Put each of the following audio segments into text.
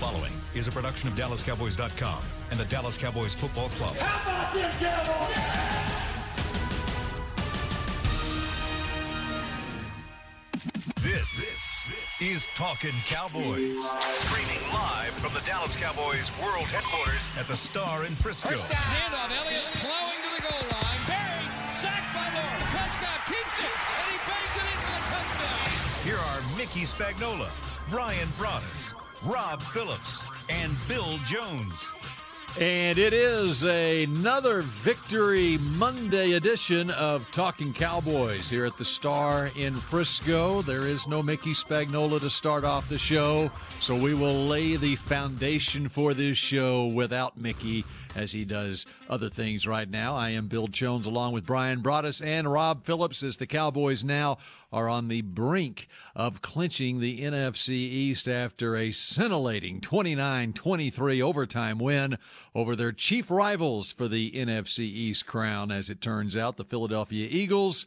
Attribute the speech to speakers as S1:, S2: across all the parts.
S1: following is a production of DallasCowboys.com and the Dallas Cowboys Football Club.
S2: How about them Cowboys?
S1: This, is Talking Cowboys. Streaming live from the Dallas Cowboys World Headquarters at the Star in Frisco.
S3: Handoff, Elliott plowing to the goal line. Buried, sacked by Lord. Prescott keeps it, and he bangs it in for the touchdown.
S1: Here are Mickey Spagnola, Brian Broaddus, Rob Phillips, and Bill Jones.
S4: And it is another Victory Monday edition of Talking Cowboys here at the Star in Frisco. There is no Mickey Spagnola to start off the show, so we will lay the foundation for this show without Mickey as he does other things right now. I am Bill Jones along with Brian Broaddus and Rob Phillips as the Cowboys now are on the brink of clinching the NFC East after a scintillating 29 23 overtime win over their chief rivals for the NFC East crown, as it turns out, the Philadelphia Eagles.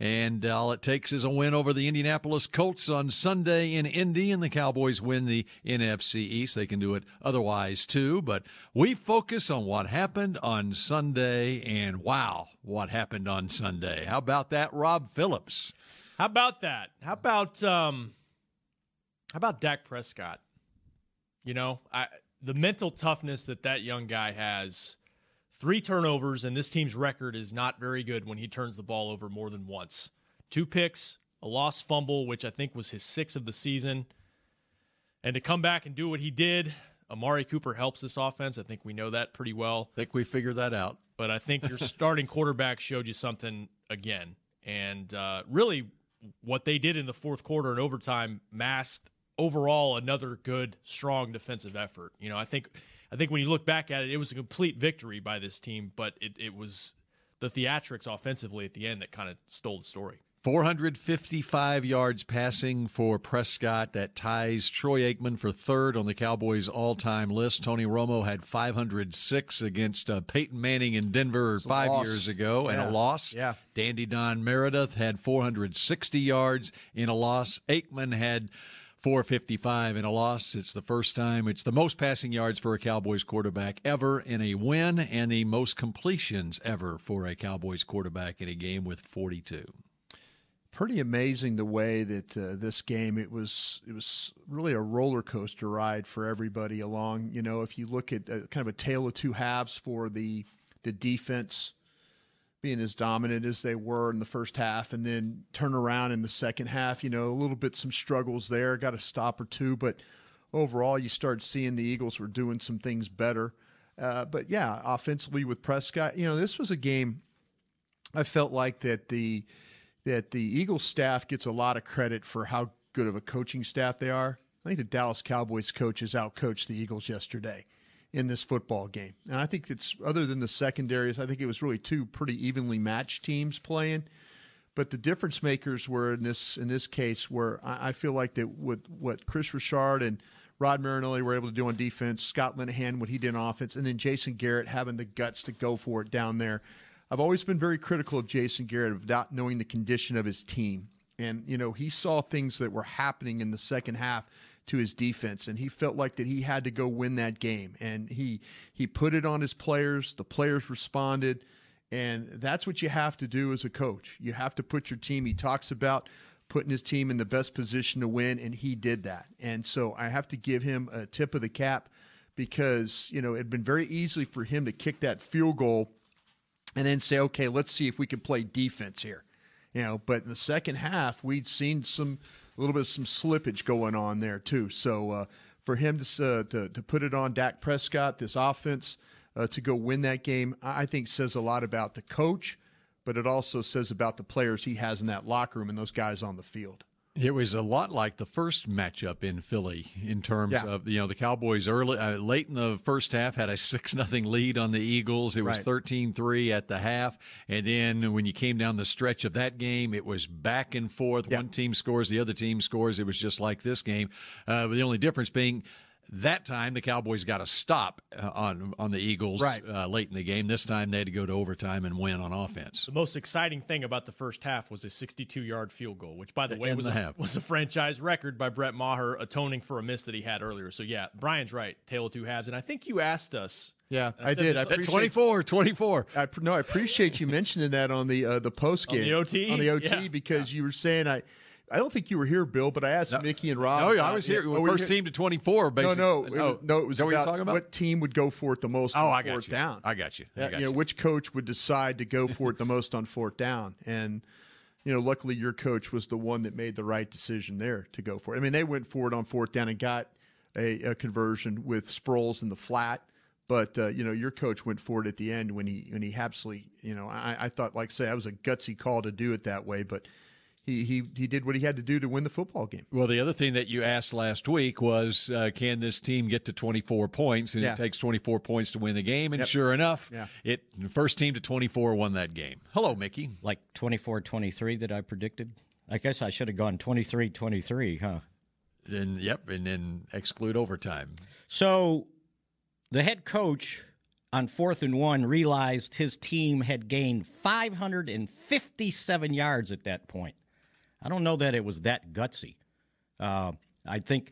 S4: And uh, all it takes is a win over the Indianapolis Colts on Sunday in Indy, and the Cowboys win the NFC East. They can do it otherwise too, but we focus on what happened on Sunday, and wow, what happened on Sunday. How about that, Rob Phillips?
S5: How about that? How about um how about Dak Prescott? You know, I the mental toughness that that young guy has. Three turnovers and this team's record is not very good when he turns the ball over more than once. Two picks, a lost fumble which I think was his 6th of the season. And to come back and do what he did, Amari Cooper helps this offense. I think we know that pretty well
S4: I think we figured that out.
S5: but I think your starting quarterback showed you something again. And uh, really, what they did in the fourth quarter and overtime masked overall another good, strong defensive effort. You know, I think, I think when you look back at it, it was a complete victory by this team, but it, it was the theatrics offensively at the end that kind of stole the story.
S4: 455 yards passing for Prescott. That ties Troy Aikman for third on the Cowboys' all time list. Tony Romo had 506 against uh, Peyton Manning in Denver five
S6: loss.
S4: years ago and
S6: Yeah.
S4: a loss.
S6: Yeah.
S4: Dandy Don Meredith had 460 yards in a loss. Aikman had 455 in a loss. It's the first time. It's the most passing yards for a Cowboys quarterback ever in a win and the most completions ever for a Cowboys quarterback in a game with 42.
S6: pretty amazing the way that uh, this game it was it was really a roller coaster ride for everybody along you know if you look at uh, kind of a tale of two halves for the the defense being as dominant as they were in the first half and then turn around in the second half you know a little bit some struggles there got a stop or two but overall you start seeing the eagles were doing some things better uh, but yeah offensively with prescott you know this was a game I felt like that the that the Eagles staff gets a lot of credit for how good of a coaching staff they are. I think the Dallas Cowboys coaches outcoached the Eagles yesterday in this football game. And I think it's other than the secondaries, I think it was really two pretty evenly matched teams playing. But the difference makers were in this in this case were I, I feel like that with what Chris Richard and Rod Marinelli were able to do on defense, Scott Linehan what he did on offense, and then Jason Garrett having the guts to go for it down there. I've always been very critical of Jason Garrett of not knowing the condition of his team. And, you know, he saw things that were happening in the second half to his defense and he felt like that he had to go win that game. And he he put it on his players, the players responded. And that's what you have to do as a coach. You have to put your team. He talks about putting his team in the best position to win, and he did that. And so I have to give him a tip of the cap because, you know, it'd been very easy for him to kick that field goal and then say, okay, let's see if we can play defense here. You know, but in the second half, we'd seen some a little bit of some slippage going on there too. So uh, for him to, s- uh, to to put it on Dak Prescott, this offense uh, to go win that game, I I think says a lot about the coach, but it also says about the players he has in that locker room and those guys on the field.
S4: It was a lot like the first matchup in Philly in terms
S6: Yeah.
S4: of you know the Cowboys early uh, late in the first half had a six nothing lead on the Eagles. It was
S6: Right.
S4: 13-3 at the half, and then when you came down the stretch of that game, it was back and forth.
S6: Yeah.
S4: One team scores, the other team scores. It was just like this game. Uh, the only difference being That time the Cowboys got a stop uh, on on the Eagles
S6: Right.
S4: uh, late in the game. This time they had to go to overtime and win on offense.
S5: The most exciting thing about the first half was a 62-yard field goal, which, by the
S4: To
S5: way,
S4: end
S5: was
S4: the
S5: a,
S4: half.
S5: was a franchise record by Brett Maher, atoning for a miss that he had earlier. So yeah, Brian's right, tail of two halves. And I think you asked us,
S6: Yeah,
S5: I
S6: I
S5: said
S6: did. I
S5: this-
S4: At
S6: appreciate
S4: 24, 24.
S6: I pr- no, I appreciate you mentioning that on the uh, the post game
S5: the OT?
S6: on the OT
S5: Yeah.
S6: because you were saying I. I don't think you were here, Bill, but I asked Mickey and Rob.
S4: Oh, yeah,
S6: about-
S4: I was here.
S6: Yeah, oh, were
S4: First
S6: you here?
S4: team to 24,
S6: No,
S4: basically. oh,
S6: no, it was, no. It was
S4: Is that
S6: about,
S4: what you're talking about?
S6: what team would go for it the most.
S4: oh,
S6: on
S4: I got
S6: fourth
S4: you.
S6: down.
S4: I got you. I
S6: Yeah,
S4: got
S6: you know,
S4: you.
S6: which coach would decide to go for it the most on fourth down? And you know, luckily your coach was the one that made the right decision there to go for it. I mean, they went for it on fourth down and got a, a conversion with Sproles in the flat. But uh, you know, your coach went for it at the end when he when he absolutely, you know, I, I thought like say that was a gutsy call to do it that way, but he he he did what he had to do to win the football game.
S4: Well, the other thing that you asked last week was, uh, can this team get to 24 points? And
S6: Yeah.
S4: it takes 24 points to win the game. And sure enough,
S6: Yeah.
S4: it the first team to 24 won that game. Hello, Mickey.
S2: Like 24 23 that I predicted? I guess I should have gone 23 23, huh?
S4: Then yep, and then exclude overtime.
S2: So the head coach on fourth and one realized his team had gained 557 yards at that point. I don't know that it was that gutsy. Uh, I think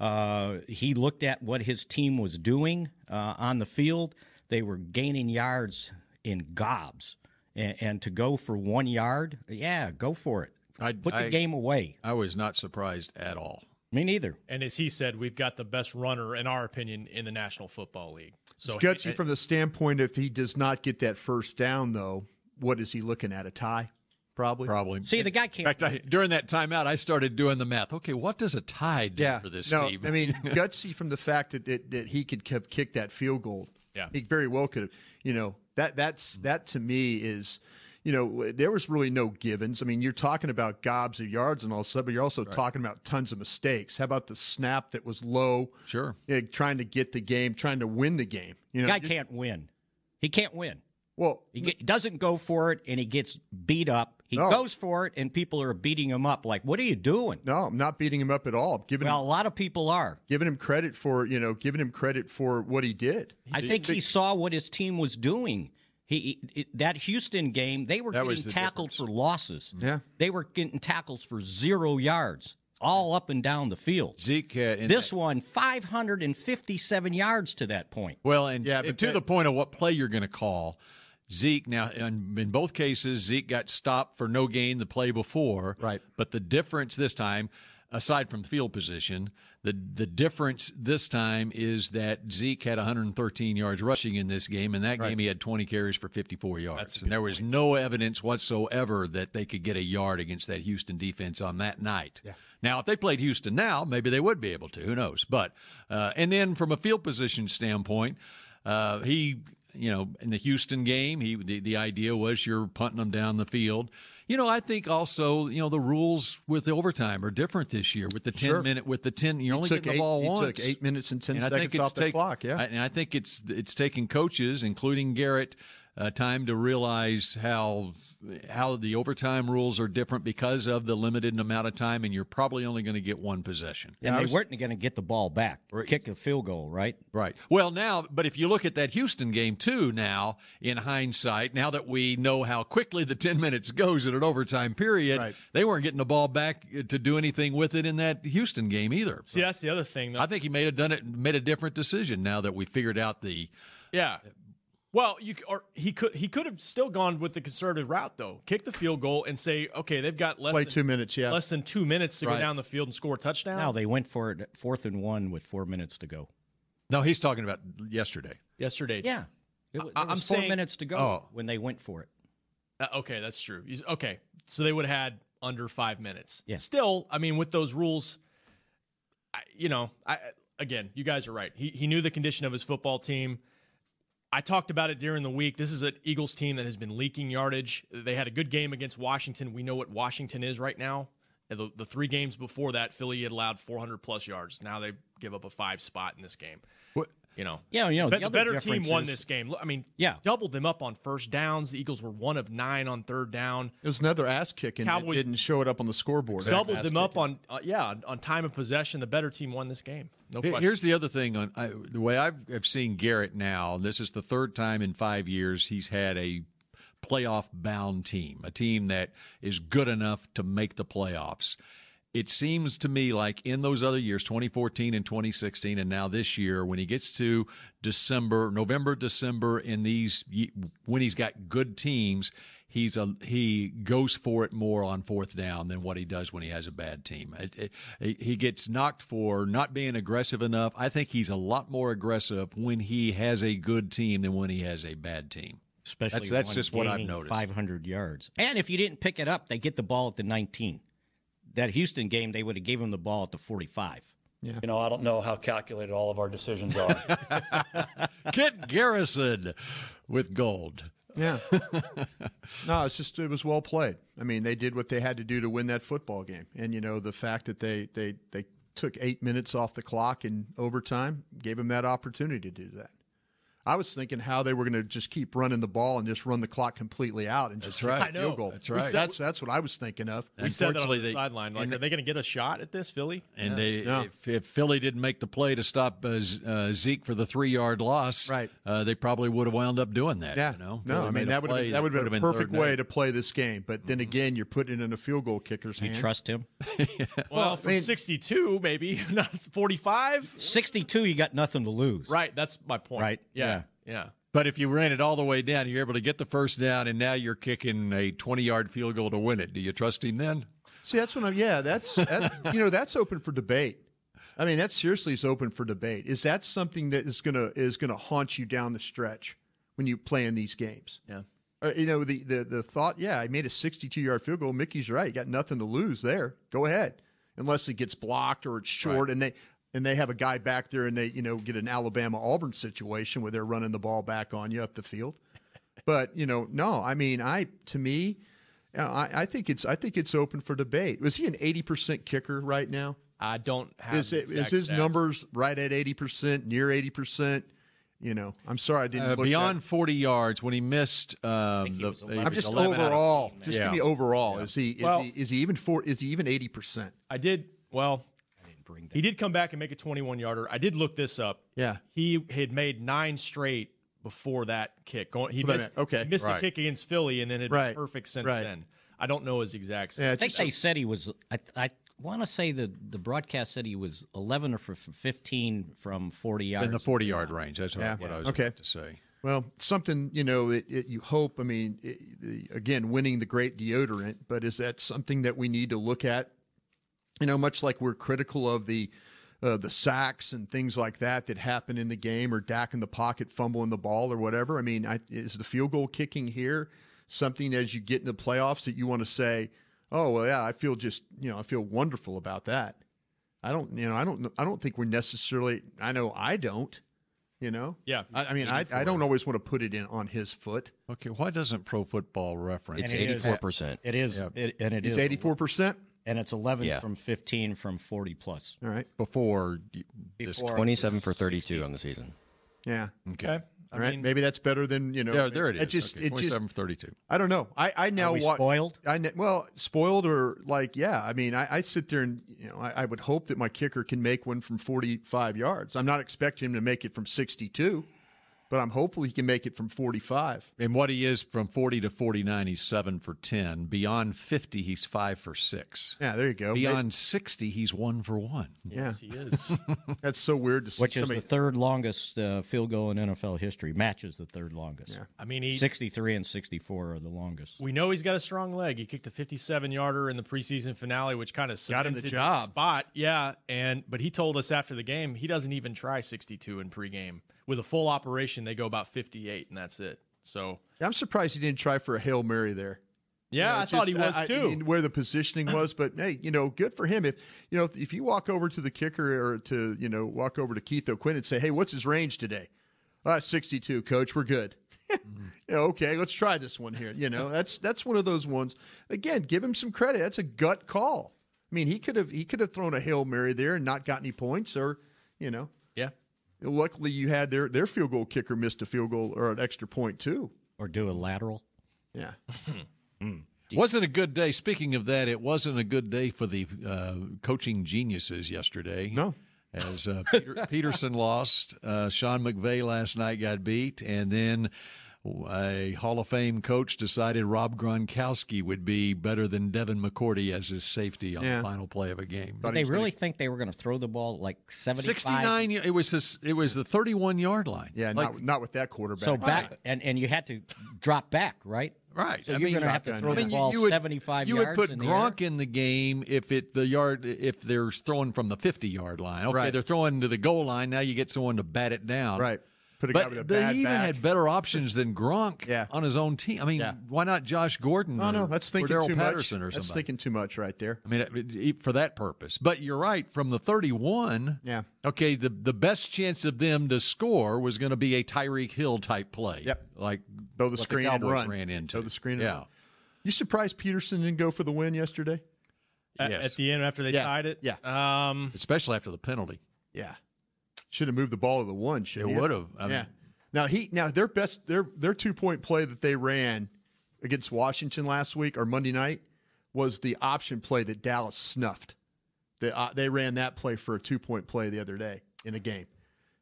S2: uh, he looked at what his team was doing uh, on the field. They were gaining yards in gobs. And, and to go for one yard, yeah, go for it.
S4: I-
S2: Put
S4: I-
S2: the game away.
S4: I was not surprised at all.
S2: Me neither.
S5: and as he said, we've got the best runner, in our opinion, in the National Football League. So
S6: it's gutsy from the standpoint if he does not get that first down though, what is he looking at? A tie, probably.
S4: Probably.
S2: See, the guy
S4: in
S2: can't.
S4: fact, I, during that timeout, I started doing the math. Okay, what does a tie do for this
S6: no,
S4: team?
S6: I mean, gutsy from the fact that, that that he could have kicked that field goal.
S5: Yeah.
S6: he very well could have. You know that that's that to me is. You know, there was really no givens. I mean, you're talking about gobs of yards and all stuff, but you're also talking about tons of mistakes. How about the snap that was low?
S4: Sure.
S6: Yeah, trying to get the game, trying to win the game. You know,
S2: guy can't win. He can't win.
S6: well,
S2: He get, doesn't go for it, and he gets beat up. He
S6: No.
S2: goes for it, and people are beating him up. Like, what are you doing?
S6: no, I'm not beating him up at all. I'm giving
S2: Well, a
S6: him,
S2: lot of people are.
S6: giving him credit for you know, giving him credit for what he did.
S2: I think he saw what his team was doing. He it, that Houston game, they were
S4: That was
S2: getting
S4: the
S2: tackled
S4: difference. Mm-hmm.
S2: for losses.
S6: Yeah.
S2: they were getting tackles for zero yards, all up and down the field.
S4: Zeke, uh, in
S2: This
S4: that-
S2: one, five hundred and fifty-seven yards to that point.
S4: well, and,
S6: Yeah,
S4: and
S6: but
S4: to
S6: that-
S4: the point of what play you're going to call, Zeke. Now, in, in both cases, Zeke got stopped for no gain the play before.
S6: Right.
S4: But the difference this time, aside from field position, the the difference this time is that Zeke had 113 yards rushing in this game. In that game, he had 20 carries for 54 yards, and there was no evidence whatsoever that they could get a yard against that Houston defense on that night. Now, if they played Houston now, maybe they would be able to. Who knows? But uh, and then from a field position standpoint, uh, he. You know, in the Houston game, he the, the idea was you're punting them down the field. You know, I think also, you know, the rules with the overtime are different this year with the 10
S6: Sure.
S4: minute, with the 10, you're only
S6: took
S4: getting
S6: eight,
S4: the ball
S6: he
S4: once.
S6: took eight minutes and ten
S4: And I
S6: seconds
S4: think it's
S6: off the
S4: take-
S6: clock. Yeah,
S4: I- and I think it's it's taken coaches, including Garrett, uh, time to realize how how the overtime rules are different because of the limited amount of time, and you're probably only going to get one possession.
S2: And they weren't going to get the ball back, kick a field goal, right?
S4: Right. Well, now, but if you look at that Houston game too, now in hindsight, now that we know how quickly the ten minutes goes in an overtime period,
S6: Right.
S4: they weren't getting the ball back uh, to do anything with it in that Houston game either.
S5: see, that's the other thing. Though.
S4: I think he may have done it, made a different decision now that we figured out the.
S5: Yeah. Well, you c- or he could he could have still gone with the conservative route though. Kick the field goal and say, okay, they've got less
S6: play
S5: than,
S6: two minutes. Yeah,
S5: less than two minutes to
S4: Right.
S5: go down the field and score a touchdown.
S2: Now they went for it at fourth and one with four minutes to go.
S4: No, he's talking about yesterday.
S5: yesterday.
S2: Yeah. It was,
S5: I-
S2: there was
S5: I'm
S2: four
S5: saying-
S2: minutes to go
S4: Oh.
S2: when they went for it.
S5: Uh, okay, that's true. He's, okay, so they would have had under five minutes.
S2: Yeah.
S5: Still, I mean, with those rules, I, you know, I again, you guys are right. He he knew the condition of his football team. I talked about it during the week. This is an Eagles team that has been leaking yardage. They had a good game against Washington. We know what Washington is right now. And The, the three games before that, Philly had allowed 400 plus yards. Now they give up a five spot in this game. You know,
S2: Yeah, you know,
S5: But
S2: the
S5: the
S2: other
S5: better team won
S2: difference is-
S5: this game. Look, I mean,
S2: Yeah.
S5: doubled them up on first downs. The Eagles were one of nine on third down.
S6: It was another ass kicking that
S5: Cowboys-
S6: didn't show it up on the scoreboard.
S5: Doubled them up on uh, yeah on, on time of possession. The better team won this game. No
S4: Here-
S5: question.
S4: Here's the other thing on I, the way I've, I've seen Garrett now. and This is the third time in five years he's had a playoff bound team, a team that is good enough to make the playoffs. It seems to me like in those other years, 2014 and 2016, and now this year, when he gets to December, November, December, in these ye- when he's got good teams, he's a he goes for it more on fourth down than what he does when he has a bad team. It, it, he gets knocked for not being aggressive enough. I think he's a lot more aggressive when he has a good team than when he has a bad team.
S2: Especially
S4: That's- that's
S2: one
S4: just what I've
S2: gaining
S4: noticed.
S2: 500 yards. And if you didn't pick it up, they get the ball at the 19. That Houston game, they would have gave him the ball at the 45.
S7: You know, I don't know how calculated all of our decisions are.
S4: Kit Garrison with gold.
S6: Yeah. no, it's just it was well played. I mean, they did what they had to do to win that football game, and you know the fact that they they they took eight minutes off the clock in overtime gave them that opportunity to do that. I was thinking how they were going to just keep running the ball and just run the clock completely out and just
S4: That's right.
S6: kick the
S5: I know.
S6: field goal.
S4: That's right.
S6: That's that's what I was thinking of.
S5: we said that on
S4: Unfortunately,
S5: the
S4: they-
S5: sideline. Like,
S4: and
S5: are they going to get a shot at this Philly?
S4: And they,
S6: Yeah.
S4: if, if Philly didn't make the play to stop uh, Z- uh, Zeke for the three-yard loss,
S6: Right.
S4: uh, they probably would have wound up doing that.
S6: Yeah,
S4: you know?
S6: no,
S4: Philly
S6: I
S4: made
S6: mean
S4: a
S6: that would have
S4: play
S6: been, that would have
S4: could've
S6: been a
S4: third
S6: perfect
S4: and
S6: way
S4: eight. Mm-hmm.
S6: to play this game. But then again, you're putting it in a field goal kicker's
S2: You
S6: hand.
S2: trust him?
S5: Well, from
S6: mean-
S5: 62 maybe, not 45.
S2: 62, you got nothing to lose.
S5: Right, that's my point.
S2: Right,
S5: Yeah. Yeah.
S4: But if you ran it all the way down, you're able to get the first down, and now you're kicking a 20-yard field goal to win it. Do you trust him then?
S6: See, that's what I'm. Yeah, that's that, you know that's open for debate. I mean, that seriously is open for debate. Is that something that is gonna is gonna haunt you down the stretch when you play in these games?
S5: Yeah.
S6: Uh, you know the, the the thought. Yeah, I made a 62 yard field goal. Mickey's right. You got nothing to lose there. Go ahead, unless it gets blocked or it's short, and they and they have a guy back there, and they you know get an Alabama Auburn situation where they're running the ball back on you up the field. But you know, no, I mean, I to me, uh, I, I think it's I think it's open for debate. Was he an eighty percent kicker right now?
S5: I don't have
S6: Is
S5: the
S6: it, is
S5: exact
S6: his
S5: stats.
S6: numbers right at eighty percent, near eighty percent? You know, I'm sorry I didn't
S4: Uh,
S6: look
S4: beyond
S6: That.
S4: 40 yards when he missed. Um, the, he
S6: I'm
S4: was
S6: just
S4: 11 out of-
S6: overall. Just
S4: Yeah.
S6: give me overall. Is he is,
S5: Well-
S6: he is he even four? Is he even eighty percent?
S5: I did well. He did come back and make a 21 yarder. I did look this up.
S6: Yeah.
S5: He had made nine straight before that kick. Going, he
S6: Before that
S5: missed,
S6: kick, okay.
S5: he missed
S4: Right.
S5: a kick against Philly and then it
S6: Right,
S5: been perfect since
S6: right.
S5: then. I don't know his exact.
S6: Yeah,
S2: I think
S6: just,
S2: they said he was, I, I want to say the, the broadcast said he was 11 or for 15 from 40 yards.
S4: in the 40-yard range. That's what,
S6: Yeah.
S4: what I was
S6: Okay.
S4: about to say.
S6: well, something you know. It, it, you hope. I mean, it, the- again, winning the great deodorant, but is that something that we need to look at you know, much like we're critical of the uh, the sacks and things like that that happen in the game, or Dak in the pocket fumbling the ball or whatever. I mean, I, is the field goal kicking here something as you get in the playoffs that you want to say, "Oh well, yeah, I feel just you know, I feel wonderful about that." I don't, you know, I don't, I don't think we're necessarily. I know I don't. You know,
S5: Yeah.
S6: I, I mean, I, I don't always want to put it in on his foot.
S4: Okay, why doesn't Pro Football Reference?
S2: And
S8: It's
S2: it is-
S8: 84%.
S2: It is, it, and it
S6: He's
S2: is
S6: eighty four percent.
S2: and it's 11
S8: Yeah.
S2: from 15 from 40 plus.
S6: All right.
S4: before you- this
S2: Before
S8: 27 for 32 on the season.
S6: Yeah.
S5: Okay. I
S6: All right.
S5: mean,
S6: Maybe that's better than you know.
S4: there, there it is.
S6: It just,
S4: okay,
S6: it just,
S4: 27 32.
S6: I don't know. I, I now
S2: we
S6: wa-
S2: spoiled?
S6: I ne- well spoiled or like yeah. I mean, I, I sit there and you know I, I would hope that my kicker can make one from forty five yards. I'm not expecting him to make it from sixty two, but I'm hopeful he can make it from forty five.
S4: And what he is from 40 to 49, he's 7 for 10. Beyond 50, he's 5 for 6.
S6: Yeah, there you go.
S4: Beyond 60, he's 1 for 1.
S5: yes, he is.
S6: Maybe- that's so weird to see
S2: which is
S6: somebody.
S2: the third longest uh, field goal in NFL history. Matches the third longest.
S5: I mean, he,
S2: 63 and 64 are the longest.
S5: We know he's got a strong leg. He kicked a 57-yarder in the preseason finale, which kind of
S6: Got him the job.
S5: spot. Yeah, and but he told us after the game he doesn't even try 62 in pregame. With a full operation, they go about 58, and that's it. So
S6: I'm surprised he didn't try for a hail mary there.
S5: yeah,
S6: know,
S5: I thought he
S6: just-
S5: was
S6: I- I
S5: too.
S6: mean, where the positioning was, but hey, you know, good for him. If you know, if you walk over to the kicker or to you know walk over to Keith O'Quinn and say, "Hey, what's his range today?" Uh, sixty-two, coach. We're good.
S5: Mm-hmm.
S6: Yeah, okay, let's try this one here. You know, that's that's one of those ones. Again, give him some credit. That's a gut call. I mean, he could have he could have thrown a hail mary there and not got any points, or you know,
S5: yeah,
S6: Luckily, you had their their field goal kicker missed a field goal or an extra point too.
S2: or do a lateral.
S6: Yeah,
S4: Wasn't a good day. Speaking of that, it wasn't a good day for the uh, coaching geniuses yesterday.
S6: no,
S4: As uh, Peter, Peterson lost, uh, Sean McVay last night got beat, and then a Hall of Fame coach decided Rob Gronkowski would be better than Devin McCourty as his safety on
S6: Yeah.
S4: the final play of a game.
S2: Did they really think they were going to throw the ball like 75?
S4: 69 y- it was his, it was the 31 yard line
S6: yeah,
S4: Like,
S6: not not with that quarterback.
S2: So back and, and you had to drop back, right?
S4: right
S2: So
S4: I
S2: you're
S4: mean,
S2: going to have to
S6: shotgun,
S2: throw
S6: yeah.
S2: the
S6: I mean,
S2: ball
S4: you would,
S2: 75
S4: you
S2: yards
S4: would put
S2: in the air?
S4: Gronk in the game if it the yard if they're throwing from the 50 yard line okay
S6: Right.
S4: they're throwing to the goal line now you get someone to bat it down
S6: right, put a guy
S4: but
S6: with a
S4: they
S6: bad
S4: even
S6: back.
S4: had better options than Gronk
S6: Yeah.
S4: on his own team I mean
S6: Yeah.
S4: why not Josh Gordon
S6: no, no,
S4: or,
S6: that's
S4: or
S6: thinking
S4: Darrell
S6: too
S4: Patterson
S6: much.
S4: or
S6: that's
S4: somebody
S6: thinking too much right there.
S4: I mean, it- it- for that purpose. But you're right. From the 31,
S6: Yeah.
S4: Okay, the the best chance of them to score was going to be a Tyreek Hill type play.
S6: Yep.
S4: Like
S6: Throw the
S4: what
S6: screen
S4: the
S6: and
S4: Cowboys
S6: run.
S4: ran into.
S6: Throw the screen and
S4: Yeah.
S6: run. You surprised Peterson didn't go for the win yesterday?
S5: At,
S4: Yes.
S5: at the end after they
S6: Yeah,
S5: tied it.
S6: yeah.
S5: Um,
S4: Especially after the penalty,
S6: Yeah, should have moved the ball to the one.
S4: it
S6: Should
S4: would have. I mean,
S6: yeah. Now he now their best their their two point play that they ran against Washington last week or Monday night was the option play that Dallas snuffed. They uh, they ran that play for a two point play the other day in a game.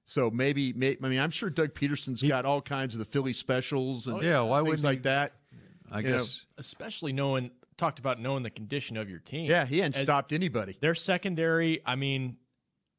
S6: So maybe, may, I mean, I'm sure Doug Peterson's got all kinds of the Philly specials and
S4: Oh, yeah, why
S6: things
S4: wouldn't
S6: like
S4: he-
S6: that.
S4: I
S6: you know,
S4: guess.
S5: especially knowing talked about knowing the condition of your team.
S6: Yeah, he hadn't
S5: As-
S6: stopped anybody.
S5: Their secondary. I mean,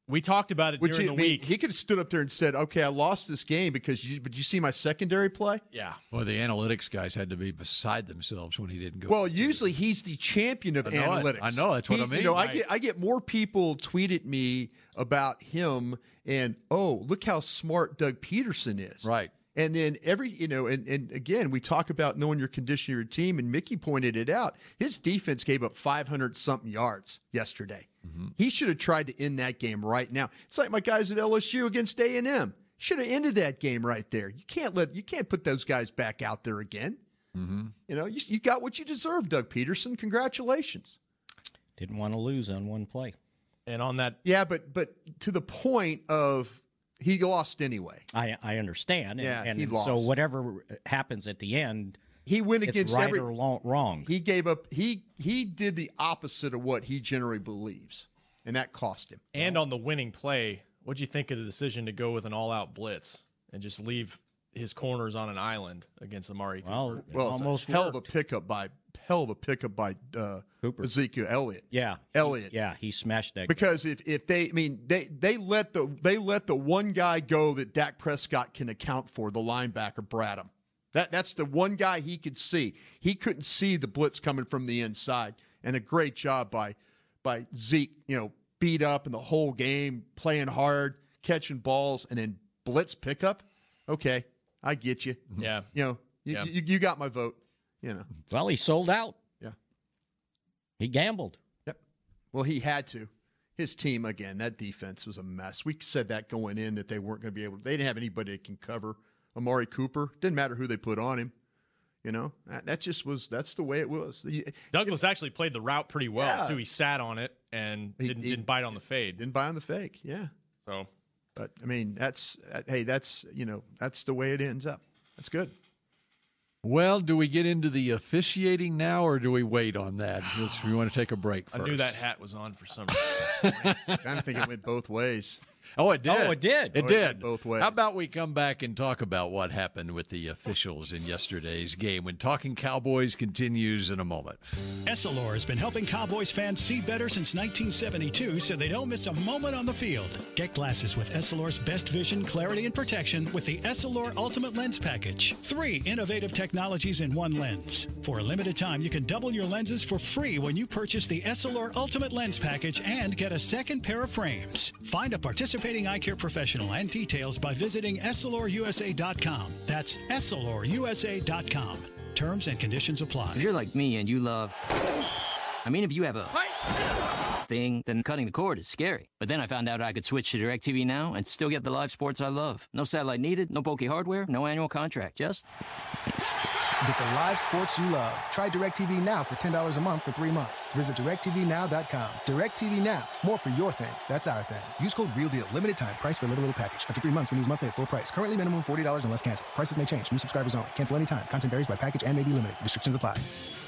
S5: we talked about it
S6: Which
S5: during
S6: I
S5: the
S6: mean,
S5: week.
S6: he could have stood up there and said, "Okay, I lost this game because you, but you see my secondary play."
S5: yeah.
S4: Well, the analytics guys had to be beside themselves when he didn't go.
S6: Well, usually he's the champion of
S4: I know it.
S6: analytics.
S4: I know, that's what
S6: He-
S4: I mean.
S6: You know, I
S4: Right.
S6: get I get more people tweet at me about him and oh, look how smart Doug Peterson is.
S4: Right.
S6: And then every you know, and, and again, we talk about knowing your condition of your team, and Mickey pointed it out. His defense gave up five hundred something yards yesterday. He should have tried to end that game right now. It's like my guys at LSU against A and M. Should have ended that game right there. You can't let you can't put those guys back out there again. You know, you, you got what you deserve, Doug Peterson. Congratulations.
S2: Didn't want to lose on one play.
S5: And on that,
S6: Yeah, but but to the point of he lost anyway.
S2: I I understand. And,
S6: Yeah,
S2: and
S6: he
S2: so
S6: lost.
S2: whatever happens at the end,
S6: He went
S2: it's
S6: against
S2: right
S6: every.
S2: or lo- wrong.
S6: He gave up. He he did the opposite of what he generally believes, and that cost him.
S5: and on the winning play, what'd you think of the decision to go with an all-out blitz and just leave his corners on an island against Amari? Cooper?
S2: well, it
S6: Well,
S2: almost
S6: it's a hell of a
S2: worked.
S6: pickup by hell of a pickup by uh,
S2: Cooper.
S6: Ezekiel Elliott.
S2: yeah,
S6: Elliott.
S2: yeah, he smashed that.
S6: Because if, if they, I mean, they, they let the they let the one guy go that Dak Prescott can account for, the linebacker Bradham. That that's the one guy he could see. He couldn't see the blitz coming from the inside, and a great job by by Zeke. You know, beat up in the whole game, playing hard, catching balls, and then blitz pickup. Okay, I get you.
S5: yeah.
S6: You know, you,
S5: Mm-hmm. Yeah.
S6: you, you got my vote. You know,
S2: Well, he sold out.
S6: Yeah.
S2: He gambled.
S6: Yep. Well, he had to. His team again. That defense was a mess. We said that going in that they weren't going to be able. They didn't have anybody that can cover Amari Cooper. Didn't matter who they put on him. You know that, that just was. That's the way it was. He,
S5: Douglas actually played the route pretty well
S6: Yeah.
S5: too. He sat on it and
S6: He-
S5: didn't,
S6: he-
S5: didn't bite on the fade.
S6: didn't buy on the fake. Yeah.
S5: So
S6: But I mean, that's uh, hey, that's you know, that's the way it ends up. That's good.
S4: well, do we get into the officiating now, or do we wait on that? Let's, we want to take a break
S5: I
S4: first.
S5: knew that hat was on for some reason.
S6: I kind of think it went both ways.
S4: Oh, it did.
S2: Oh, it did.
S4: It
S6: Oh, it
S4: did.
S6: went both ways.
S4: How about we come back and talk about what happened with the officials in yesterday's game when Talking Cowboys continues in a moment.
S9: Essilor has been helping Cowboys fans see better since 1972 so they don't miss a moment on the field. Get glasses with Essilor's best vision, clarity, and protection with the Essilor Ultimate Lens Package. Three innovative technologies in one lens. For a limited time, you can double your lenses for free when you purchase the Essilor Ultimate Lens Package and get a second pair of frames. Find a participating eye care professional and details by visiting EssilorUSA.com. That's EssilorUSA.com. Terms and conditions apply.
S10: If you're like me and you love. I mean, if you have a thing, then cutting the cord is scary. But then I found out I could switch to DirecTV Now and still get the live sports I love. No satellite needed, no bulky hardware, no annual contract, just
S11: Get the live sports you love. Try DirecTV Now for $10 a month for three months. Visit DirecTVNow.com. DirecTV Now. More for your thing. That's our thing. Use code REALDEAL. Limited time. Price for a little, little package. After three months, renews monthly at full price. Currently minimum $40 unless canceled. Prices may change. New subscribers only. Cancel anytime. Content varies by package and may be limited. Restrictions apply.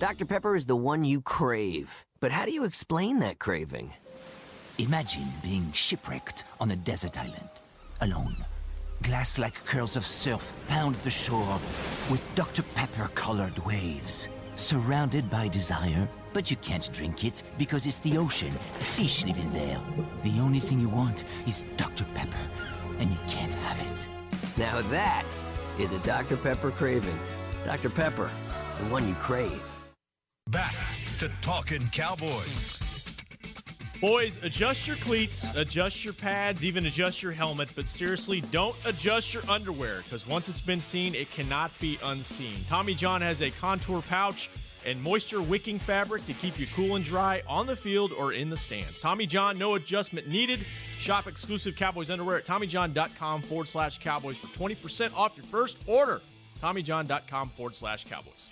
S12: Dr. Pepper is the one you crave. But how do you explain that craving?
S13: Imagine being shipwrecked on a desert island, alone. Glass like curls of surf pound the shore, with Dr. Pepper colored waves. Surrounded by desire, but you can't drink it because it's the ocean, fish live in there. The only thing you want is Dr. Pepper, and you can't have it.
S12: Now that is a Dr. Pepper craving. Dr. Pepper, the one you crave.
S1: Back to Talking Cowboys.
S5: Boys, adjust your cleats, adjust your pads, even adjust your helmet, but seriously, don't adjust your underwear because once it's been seen, it cannot be unseen. Tommy John has a contour pouch and moisture wicking fabric to keep you cool and dry on the field or in the stands. Tommy John, no adjustment needed. Shop exclusive Cowboys underwear at TommyJohn.com forward slash Cowboys for 20% off your first order. TommyJohn.com forward slash Cowboys.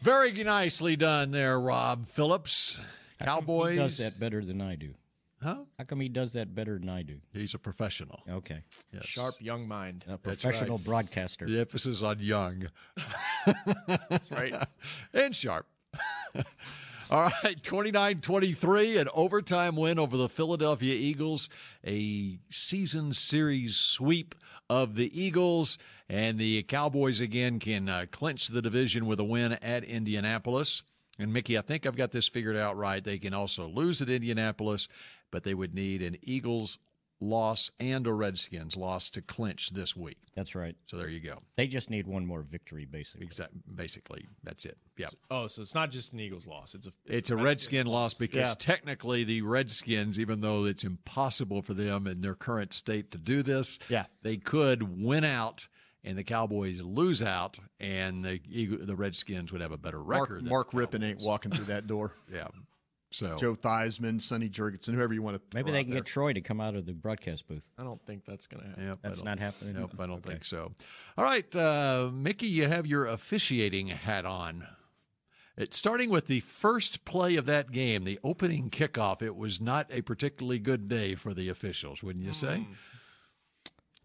S4: Very nicely done there, Rob Phillips.
S2: How come
S4: Cowboys.
S2: He does that better than I do.
S4: Huh?
S2: How come he does that better than I do?
S4: He's a professional.
S2: Okay.
S5: Sharp young mind.
S2: A professional broadcaster.
S4: The emphasis on young.
S5: That's right.
S4: and sharp. All right, 29 23, an overtime win over the Philadelphia Eagles, a season series sweep of the Eagles, and the Cowboys again can uh, clinch the division with a win at Indianapolis. And Mickey, I think I've got this figured out right. They can also lose at Indianapolis, but they would need an Eagles loss and a Redskins loss to clinch this week.
S2: That's right.
S4: So there you go.
S2: They just need one more victory, basically.
S4: Exactly. Basically, that's it. Yeah.
S5: Oh, so it's not just an Eagles loss. It's a
S4: It's a Redskin loss because
S5: Yeah.
S4: technically the Redskins, even though it's impossible for them in their current state to do this,
S5: Yeah.
S4: they could win out and the Cowboys lose out, and the Eagle- the Redskins would have a better
S6: Mark,
S4: record. than
S6: Mark
S4: the
S6: Rippon ain't walking through that door.
S4: yeah. So
S6: Joe Theismann, Sonny Jurgensen, whoever you want to.
S2: Maybe
S6: throw
S2: they
S6: out
S2: can
S6: there.
S2: get Troy to come out of the broadcast booth.
S5: I don't think that's going to happen.
S4: Yep, I
S2: That's
S4: don't-
S2: not happening?
S4: Nope, I don't think so. All right, uh, Mickey, you have your officiating hat on. It's starting with the first play of that game, the opening kickoff. It was not a particularly good day for the officials, wouldn't you
S6: Hmm.
S4: say?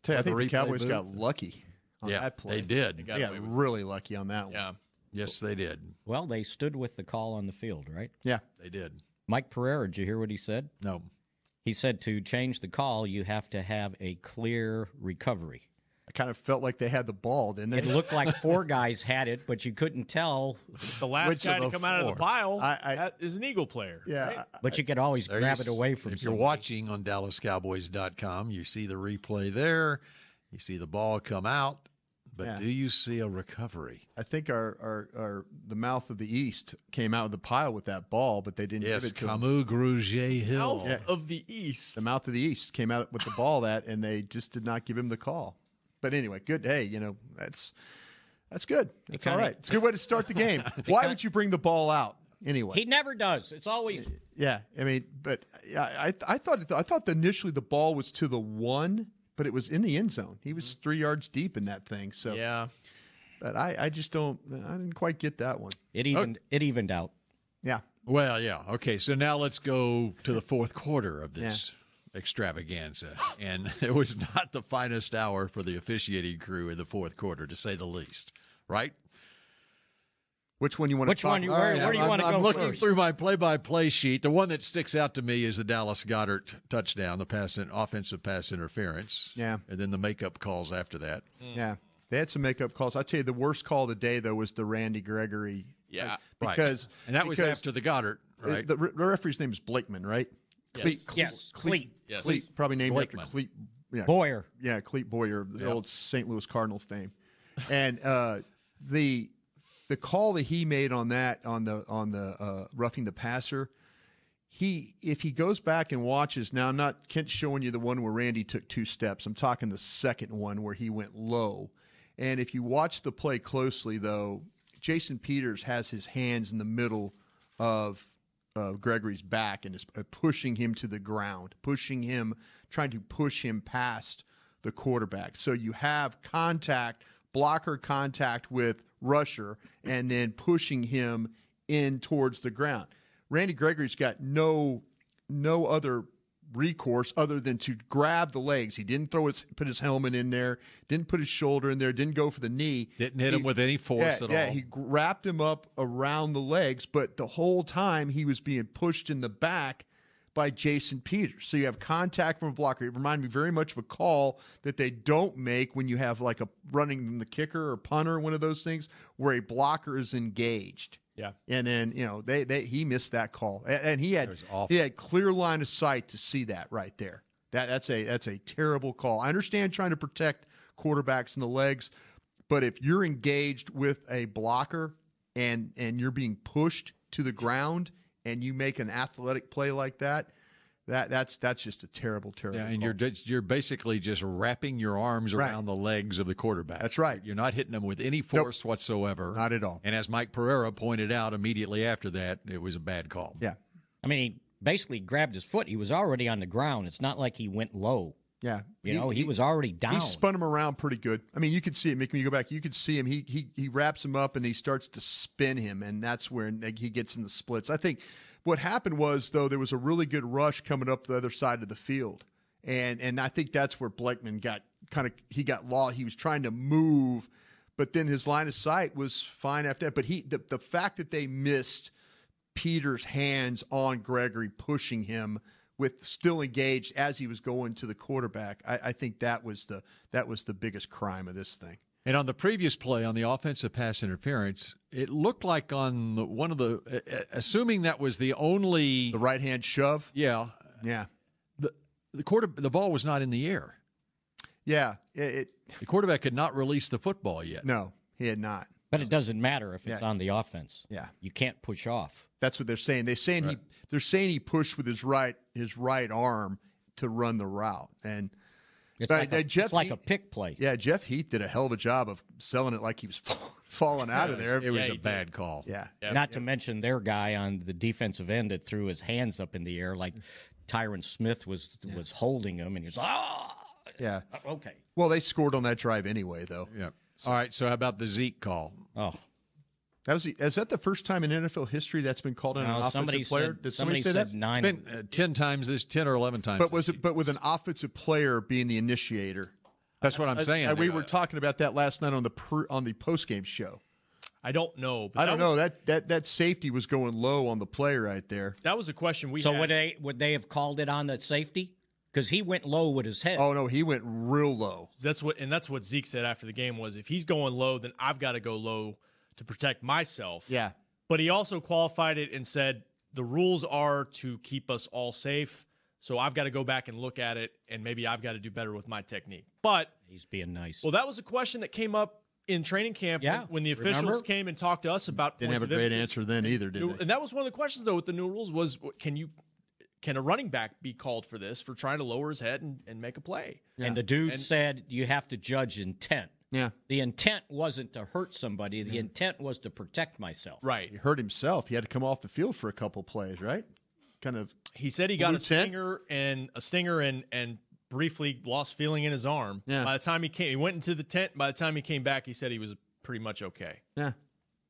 S6: Tell you, I
S4: At the
S6: think the
S4: replay
S6: Cowboys
S4: booth?
S6: got lucky on
S4: Yeah,
S6: that play.
S4: they did. They
S6: They
S4: got
S6: got,
S4: away with
S6: really lucky on that one.
S5: Yeah.
S4: Yes, they did.
S2: Well, they stood with the call on the field, right?
S6: Yeah.
S4: They did.
S2: Mike Pereira, did you hear what he said?
S4: No.
S2: He said to change the call, you have to have a clear recovery.
S6: I kind of felt like they had the ball, didn't they?
S2: It looked like four guys had it, but you couldn't tell.
S5: The last
S6: Which
S5: guy
S6: of
S5: to
S6: the
S5: come out of the
S6: four?
S5: pile
S6: I- I-
S5: that is an Eagle player.
S6: Yeah.
S5: right?
S2: But you could always
S4: There
S2: grab
S4: you
S2: it
S4: s-
S2: away from
S4: If
S2: somebody.
S4: you're watching on DallasCowboys.com, you see the replay there. You see the ball come out, but
S6: Yeah.
S4: do you see a recovery?
S6: I think our, our, our the mouth of the East came out of the pile with that ball, but they didn't
S4: Yes,
S6: give it to 'em.
S4: Camus Grugier Hill.
S5: Mouth of the East.
S6: The mouth of the East came out with the ball that, and they just did not give him the call. But anyway, good. Hey, you know that's that's good. That's all
S2: kinda-
S6: right. It's a good way to start the game. Why would you bring the ball out anyway?
S2: He never does. It's always
S6: Yeah, I mean, but yeah, I I thought I thought initially the ball was to the one, but it was in the end zone. He was three yards deep in that thing. So,
S5: Yeah.
S6: but I I just don't I didn't quite get that one.
S2: it evened it evened out.
S6: Yeah,
S4: Well, yeah. Okay, so now let's go to the fourth quarter of this extravaganza. And it was not the finest hour for the officiating crew in the fourth quarter, to say the least, right?
S6: which one you want
S2: Which
S6: to talk?
S2: one you- where- where do you
S4: I'm-
S2: wanna
S4: I'm
S2: go
S4: looking
S2: first?
S4: through my play-by-play sheet. The one that sticks out to me is the Dallas Goddard touchdown, the pass in, offensive pass interference.
S6: Yeah.
S4: and then the makeup calls after that.
S6: Yeah, they had some makeup calls. I tell you, the worst call of the day though was the Randy Gregory.
S5: Yeah.
S4: Right.
S6: because
S4: and that was
S6: because
S4: after the Goddard, right?
S6: The, re- the referee's name is Blakeman, right? Cleet, Cleet-
S2: Yes, Cleet.
S5: Yes.
S6: Cleet, probably named
S4: Blakeman.
S6: after Cleet. Yeah,
S2: Boyer.
S6: Yeah, Cleet Boyer, the old St. Louis Cardinal fame, and uh, the the call that he made on that on the on the uh, roughing the passer, he if he goes back and watches now, I'm not Kent showing you the one where Randy took two steps. I'm talking the second one where he went low, and if you watch the play closely though, Jason Peters has his hands in the middle of. Uh, Gregory's back and is uh, pushing him to the ground, pushing him, trying to push him past the quarterback. So you have contact, blocker contact with rusher, and then pushing him in towards the ground. Randy Gregory's got no no other recourse other than to grab the legs. He didn't throw his put his helmet in there, didn't put his shoulder in there, didn't go for the knee.
S4: Didn't hit him with any force
S6: yeah,
S4: at
S6: yeah,
S4: all.
S6: he wrapped him up around the legs, but the whole time he was being pushed in the back by Jason Peters. So you have contact from a blocker. It reminded me very much of a call that they don't make when you have like a running the kicker or punter, one of those things where a blocker is engaged.
S5: Yeah.
S6: And then, you know, they, they he missed that call. A- And he had
S4: was awful.
S6: he had clear line of sight to see that right there. That that's a that's a terrible call. I understand trying to protect quarterbacks in the legs, but if you're engaged with a blocker and and you're being pushed to the ground and you make an athletic play like that, that that's that's just a terrible terrible.
S4: Yeah, and you're just- you're basically just wrapping your arms
S6: Right.
S4: around the legs of the quarterback.
S6: That's right.
S4: You're not hitting them with any force whatsoever.
S6: Not at all.
S4: And as Mike Pereira pointed out immediately after that, it was a bad call.
S6: Yeah.
S2: I mean, he basically grabbed his foot. He was already on the ground. It's not like he went low.
S6: Yeah.
S2: You know, he was already down.
S6: He spun him around pretty good. I mean, you could see it. Make me go back. You could see him. He he he wraps him up and he starts to spin him, and that's where he gets in the splits. I think what happened was though there was a really good rush coming up the other side of the field, and and I think that's where Blakeman got kind of he got law. He was trying to move, but then his line of sight was fine after that. But he the, the fact that they missed Peter's hands on Gregory, pushing him with still engaged as he was going to the quarterback. I, I think that was the that was the biggest crime of this thing.
S4: And on the previous play, on the offensive pass interference, it looked like on the, one of the, uh, uh, assuming that was the only the
S6: right hand shove.
S4: Yeah,
S6: yeah.
S4: The the quarter the ball was not in the air.
S6: Yeah, it, it
S4: The quarterback could not release the football yet.
S6: no, he had not.
S2: But it doesn't matter if it's
S6: Yeah.
S2: on the offense.
S6: Yeah.
S2: You can't push off.
S6: That's what they're saying. They're saying he they're saying he pushed with his right his right arm to run the route and.
S2: It's
S6: but-
S2: like a-
S6: uh,
S2: it's like a pick play.
S6: Yeah, Jeff Heath did a hell of a job of selling it like he was fall- falling out of
S2: Yeah,
S6: there.
S2: it was Yeah, a Uh, he
S4: bad call.
S6: Yeah,
S2: Not to mention their guy on the defensive end that threw his hands up in the air like Tyron Smith was was holding him and he was ah
S6: yeah.
S2: okay.
S6: Well, they scored on that drive anyway, though.
S4: Yeah. All right. So how about the Zeke call?
S2: Oh,
S6: that was the, is that the first time in NFL history that's been called on an
S4: No,
S6: offensive
S4: somebody
S6: player?
S4: said-
S6: Did somebody,
S4: somebody
S6: say
S4: said
S6: that?
S4: nine. It's been, uh, ten times this, ten or eleven times.
S6: But was it? But with an offensive player being the initiator.
S4: That's what I'm
S6: I-
S4: saying.
S6: I- we
S4: Uh,
S6: were talking about that last night on the pre, on the post game show.
S5: I don't know. But
S6: I don't
S5: that was,
S6: know that that that safety was going low on the play right there.
S5: That was a question we
S2: so
S5: had.
S2: would they would they have called it on the safety? Because he went low with his head.
S6: Oh no, he went real low.
S5: That's what, and that's what Zeke said after the game was, if he's going low, then I've got to go low to protect myself.
S6: Yeah.
S5: But he also qualified it and said the rules are to keep us all safe. So I've got to go back and look at it, and maybe I've got to do better with my technique. But
S2: he's being nice.
S5: Well, that was a question that came up in training camp when-
S2: Yeah,
S5: when the officials
S2: remember?
S5: came and talked to us about
S6: Didn't
S5: points
S6: have a
S5: of
S6: great
S5: emphasis.
S6: answer then either, did
S5: New-
S6: they?
S5: And that was one of the questions though with the new rules was w- can you can a running back be called for this for trying to lower his head and, and make a play?
S2: And the dude
S5: And-
S2: said you have to judge intent.
S6: Yeah.
S2: The intent wasn't to hurt somebody. The intent was to protect myself.
S5: Right.
S6: He hurt himself. He had to come off the field for a couple plays, right? Kind of.
S5: He said he got
S6: blue
S5: a
S6: tint.
S5: stinger and a stinger and and briefly lost feeling in his arm.
S6: Yeah.
S5: By the time he came, he went into the tent. By the time he came back, he said he was pretty much okay,
S6: Yeah.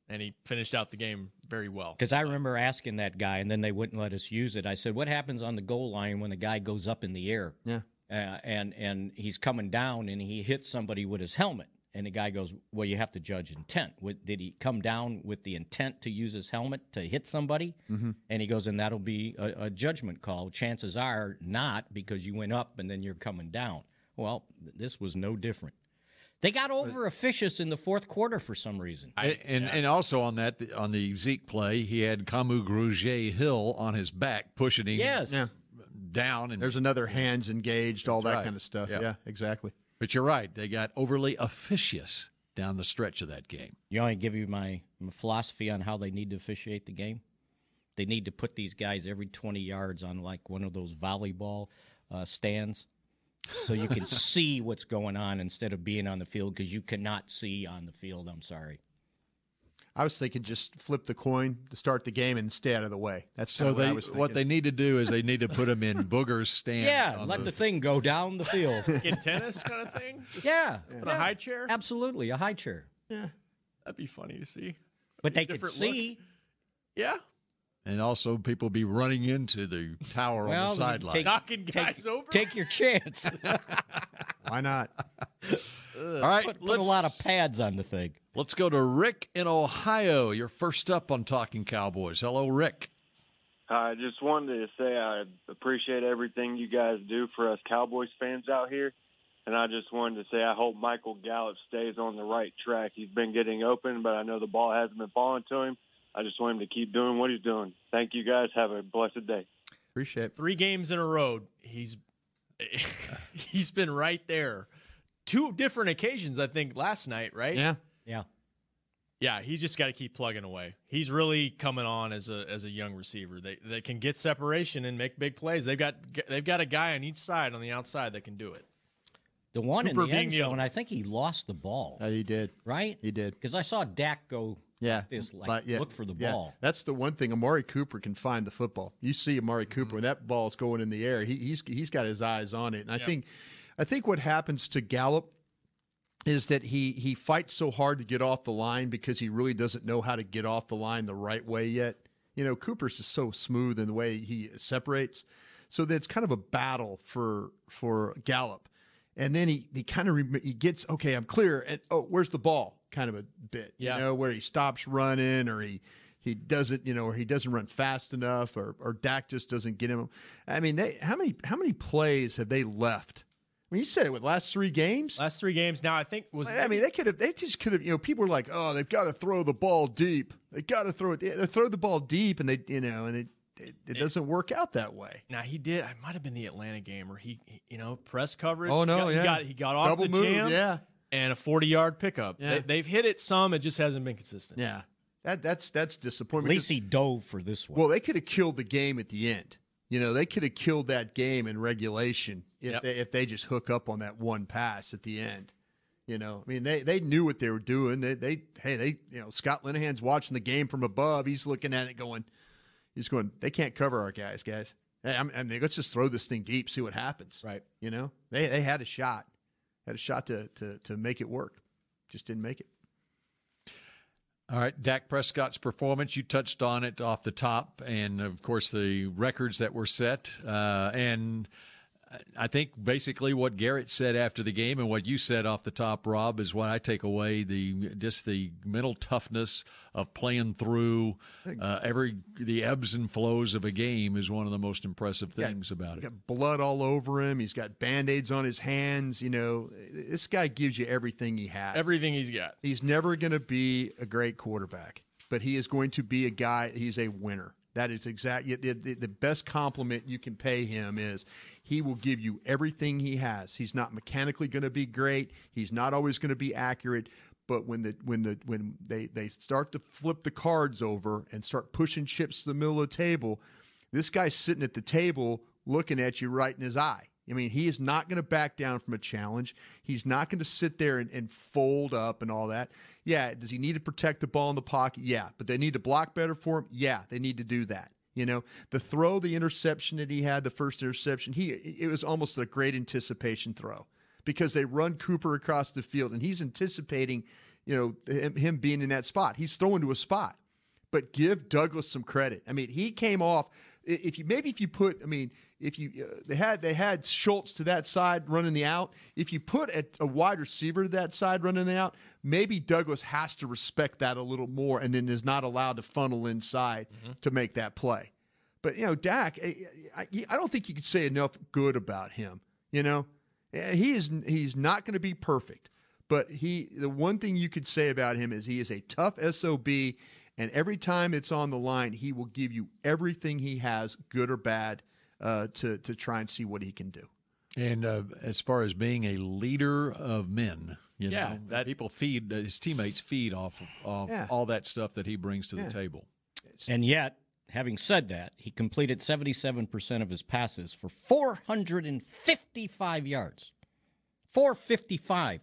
S5: and he finished out the game very well.
S2: Because I remember asking that guy, and then they wouldn't let us use it. I said, "What happens on the goal line when the guy goes up in the air?
S6: Yeah.
S2: Uh, and and he's coming down, and he hits somebody with his helmet." And the guy goes, "Well, you have to judge intent. What, did he come down with the intent to use his helmet to hit somebody?"
S14: Mhm.
S2: And he goes, "And that'll be a, a judgment call. Chances are not because you went up and then you're coming down." Well, th- this was no different. They got over officious in the fourth quarter for some reason.
S4: And and, and also on that the- on the Zeke play, he had Kamu Grugier Hill on his back pushing him.
S2: Yes. Yeah.
S4: Down and
S6: there's another hands engaged, all that kind of stuff. Yeah, exactly.
S4: But you're right; they got overly officious. down the stretch of that game.
S2: You want to give you my, my philosophy on how they need to officiate the game? They need to put these guys every 20 yards on like one of those volleyball uh, stands so you can see what's going on instead of being on the field because you cannot see on the field. I'm sorry.
S6: I was thinking just flip the coin to start the game and stay out of the way. That's
S4: So
S6: kinda what
S4: they
S6: I was thinking.
S4: what they need to do is they need to put them in Booger's stand.
S2: Yeah,
S4: on
S2: let the, thing go down the field.
S5: Get tennis kind of thing? Just
S2: yeah.
S5: put
S2: yeah.
S5: a high chair?
S2: Absolutely, a high chair.
S5: Yeah. That'd be funny to see.
S2: But
S5: Be a
S2: they could
S5: different
S2: see.
S5: look. Yeah.
S4: and also people be running into the tower on
S2: Well,
S4: the sideline.
S2: take-
S5: Knocking guys over.
S2: Take your chance.
S6: Why not?
S4: All right,
S2: Put, put a lot of pads on the thing.
S4: Let's go to Rick in Ohio. You're first up on Talking Cowboys. Hello, Rick.
S14: I just wanted to say I appreciate everything you guys do for us Cowboys fans out here. And I just wanted to say I hope Michael Gallup stays on the right track. He's been getting open, but I know the ball hasn't been falling to him. I just want him to keep doing what he's doing. Thank you guys. Have a blessed day.
S6: Appreciate it.
S5: Three games in a row. He's he's been right there. Two different occasions, I think, last night, right?
S6: Yeah.
S2: Yeah.
S5: Yeah, he's just got to keep plugging away. He's really coming on as a as a young receiver. They they can get separation and make big plays. They've got they've got a guy on each side on the outside that can do it.
S2: The one
S5: Cooper
S2: in the
S5: being
S2: end
S5: the
S2: zone,
S5: other.
S2: I think he lost the ball.
S6: he did.
S2: Right?
S6: He did.
S2: Because I saw Dak go
S6: Yeah.
S2: this, like,
S6: But, yeah,
S2: look for the
S6: yeah.
S2: ball.
S6: That's the one thing. Amari Cooper can find the football. You see Amari Cooper
S2: Mm-hmm.
S6: when that ball's going in the air. He, he's he's got his eyes on it. And I
S15: Yep.
S6: think I think what happens to Gallup is that he he fights so hard to get off the line because he really doesn't know how to get off the line the right way yet. You know, Cooper's is so smooth in the way he separates, so that it's kind of a battle for for Gallup. And then he he kind of rem he gets okay, I'm clear, and oh, where's the ball? Kind of a bit,
S5: Yeah.
S6: you know, where he stops running or he. He doesn't, you know, or he doesn't run fast enough, or or Dak just doesn't get him. I mean, they how many how many plays have they left? I mean, you said it with last three games.
S5: Last three games. Now I think was
S6: I mean, they could have. They just could have. You know, people were like, "Oh, they've got to throw the ball deep. They got to throw it. They throw the ball deep, and they, you know, and it, it, it doesn't work out that way."
S5: Now he did. I might have been the Atlanta game where he, he- you know, press coverage.
S6: Oh,
S5: He
S6: no,
S5: got-
S6: yeah.
S5: he got he got off
S6: Double
S5: the
S6: move,
S5: jam.
S6: yeah.
S5: and a forty-yard pickup.
S6: Yeah.
S5: They, have hit it some. It just hasn't been consistent.
S6: Yeah, that that's that's
S2: At
S6: disappointment.
S2: least he dove for this one.
S6: Well, they could have killed the game at the end. You know, they could have killed that game in regulation if they if they just hook up on that one pass at the end. You know, I mean, they they knew what they were doing. They they hey they you know Scott Linehan's watching the game from above. He's looking at it going, he's going, they can't cover our guys, guys. Hey, I'm, I mean, let's just throw this thing deep, see what happens. Right. You know, they they had a shot, had a shot to to to make it work, just didn't make it.
S4: All right, Dak Prescott's performance, you touched on it off the top, and of course, the records that were set. Uh, and I think basically what Garrett said after the game and what you said off the top, Rob, is what I take away the just the mental toughness of playing through uh, every the ebbs and flows of a game is one of the most impressive
S6: Yeah.
S4: things about it.
S6: Got blood all over him. He's got band aids on his hands. You know, this guy gives you everything he has.
S5: Everything he's got.
S6: He's never going to be a great quarterback, but he is going to be a guy. He's a winner. That is exactly the, the- the best compliment you can pay him is he will give you everything he has. He's not mechanically going to be great. He's not always going to be accurate. But when the when the when they they start to flip the cards over and start pushing chips to the middle of the table, this guy's sitting at the table looking at you right in his eye. I mean, he is not going to back down from a challenge. He's not going to sit there and, and fold up and all that. Yeah, does he need to protect the ball in the pocket? Yeah, but they need to block better for him. Yeah, they need to do that. You know, the throw, the interception that he had, the first interception, he it was almost a great anticipation throw because they run Cooper across the field and he's anticipating, you know, him, him being in that spot. He's throwing to a spot but give Douglas some credit. I mean, he came off. i- If you maybe if you put, I mean, if you uh, they had they had Schultz to that side running the out. If you put a, a wide receiver to that side running the out, maybe Douglas has to respect that a little more, and then is not allowed to funnel inside to make that play. But you know, Dak, I, I, I don't think you could say enough good about him. You know, Eh, he is he's not going to be perfect, but he the one thing you could say about him is he is a tough sob, and every time it's on the line, he will give you everything he has, good or bad, uh, to to try and see what he can do.
S4: And uh, as far as being a leader of men, You
S5: Yeah,
S4: know, people feed his teammates feed off of, of
S5: Yeah.
S4: all that stuff that he brings to
S5: Yeah.
S4: the table.
S2: And yet, having said that, he completed 77% of his passes for 455 yards. 455.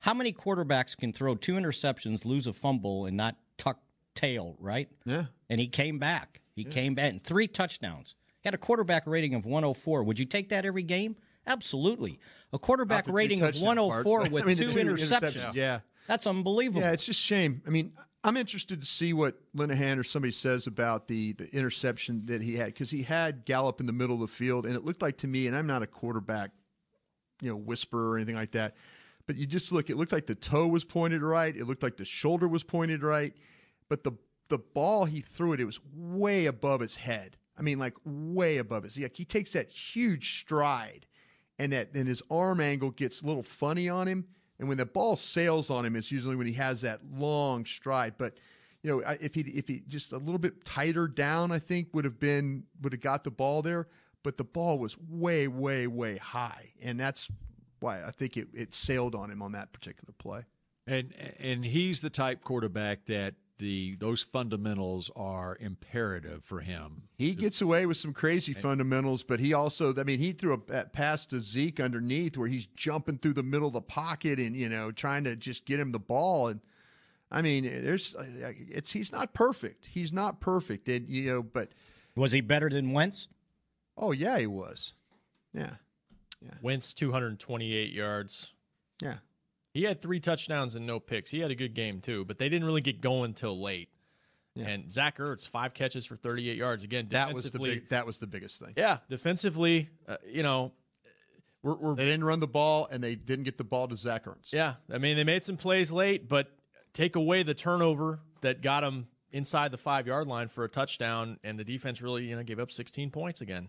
S2: How many quarterbacks can throw two interceptions, lose a fumble, and not tuck tail, right?
S6: Yeah.
S2: And he came back. He came back and three touchdowns. Had a quarterback rating of 104. Would you take that every game? Absolutely. A
S6: Not
S2: quarterback
S6: the two
S2: rating of
S6: touchdown
S2: 104
S6: part, but-
S2: with
S6: I mean, the
S2: two, interceptions.
S6: Yeah,
S2: that's unbelievable.
S6: Yeah, it's just shame. I mean, I'm interested to see what Linehan or somebody says about the the interception that he had because he had Gallup in the middle of the field, and it looked like to me, and I'm not a quarterback, you know, whisperer or anything like that, but you just look. It looked like the toe was pointed right. It looked like the shoulder was pointed right, but the the ball he threw it, it was way above his head. I mean, like way above his. Like he takes that huge stride and that and his arm angle gets a little funny on him. And when the ball sails on him, it's usually when he has that long stride. But you know, I- if he if he just a little bit tighter down, I think would have been would have got the ball there. But the ball was way, way, way high, and that's why I think it, it sailed on him on that particular play.
S4: And and he's the type quarterback that the those fundamentals are imperative for him.
S6: He gets away with some crazy fundamentals, but he also, I mean, he threw a that pass to Zeke underneath where he's jumping through the middle of the pocket and, you know, trying to just get him the ball. And I mean, there's, uh, it's, he's not perfect. He's not perfect. And, you know, but.
S2: Was he better than Wentz?
S6: Oh, yeah, he was. Yeah.
S5: Wentz 228 yards.
S6: Yeah.
S5: He had three touchdowns and no picks. He had a good game too, but they didn't really get going till late. And Zach Ertz five catches for 38 yards again.
S6: That was the
S5: defensively-
S6: big, that was the biggest thing.
S5: Yeah, defensively, uh, you know, we're, we're
S6: they didn't run the ball and they didn't get the ball to Zach Ertz.
S5: Yeah, I mean they made some plays late, but take away the turnover that got them inside the five yard line for a touchdown, and the defense really you know gave up 16 points again.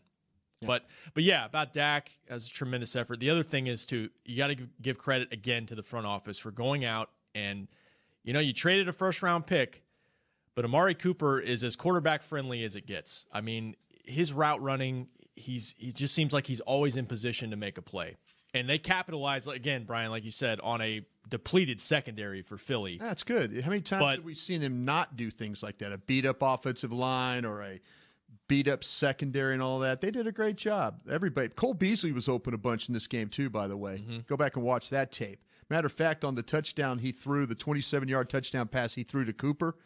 S5: But but yeah, about Dak as a tremendous effort. The other thing is to you got to give, give credit again to the front office for going out and you know you traded a first round pick, but Amari Cooper is as quarterback friendly as it gets. I mean his route running, he's he just seems like he's always in position to make a play. And they capitalize again, Brian, like you said, on a depleted secondary for Philly.
S6: That's good. How many times
S5: But-
S6: have we seen them not do things like that? A beat up offensive line or a beat up secondary and all that. They did a great job. Everybody. Cole Beasley was open a bunch in this game too. By the way,
S5: Mm-hmm.
S6: go back and watch that tape. Matter of fact, on the touchdown he threw, the 27 yard touchdown pass he threw to Cooper,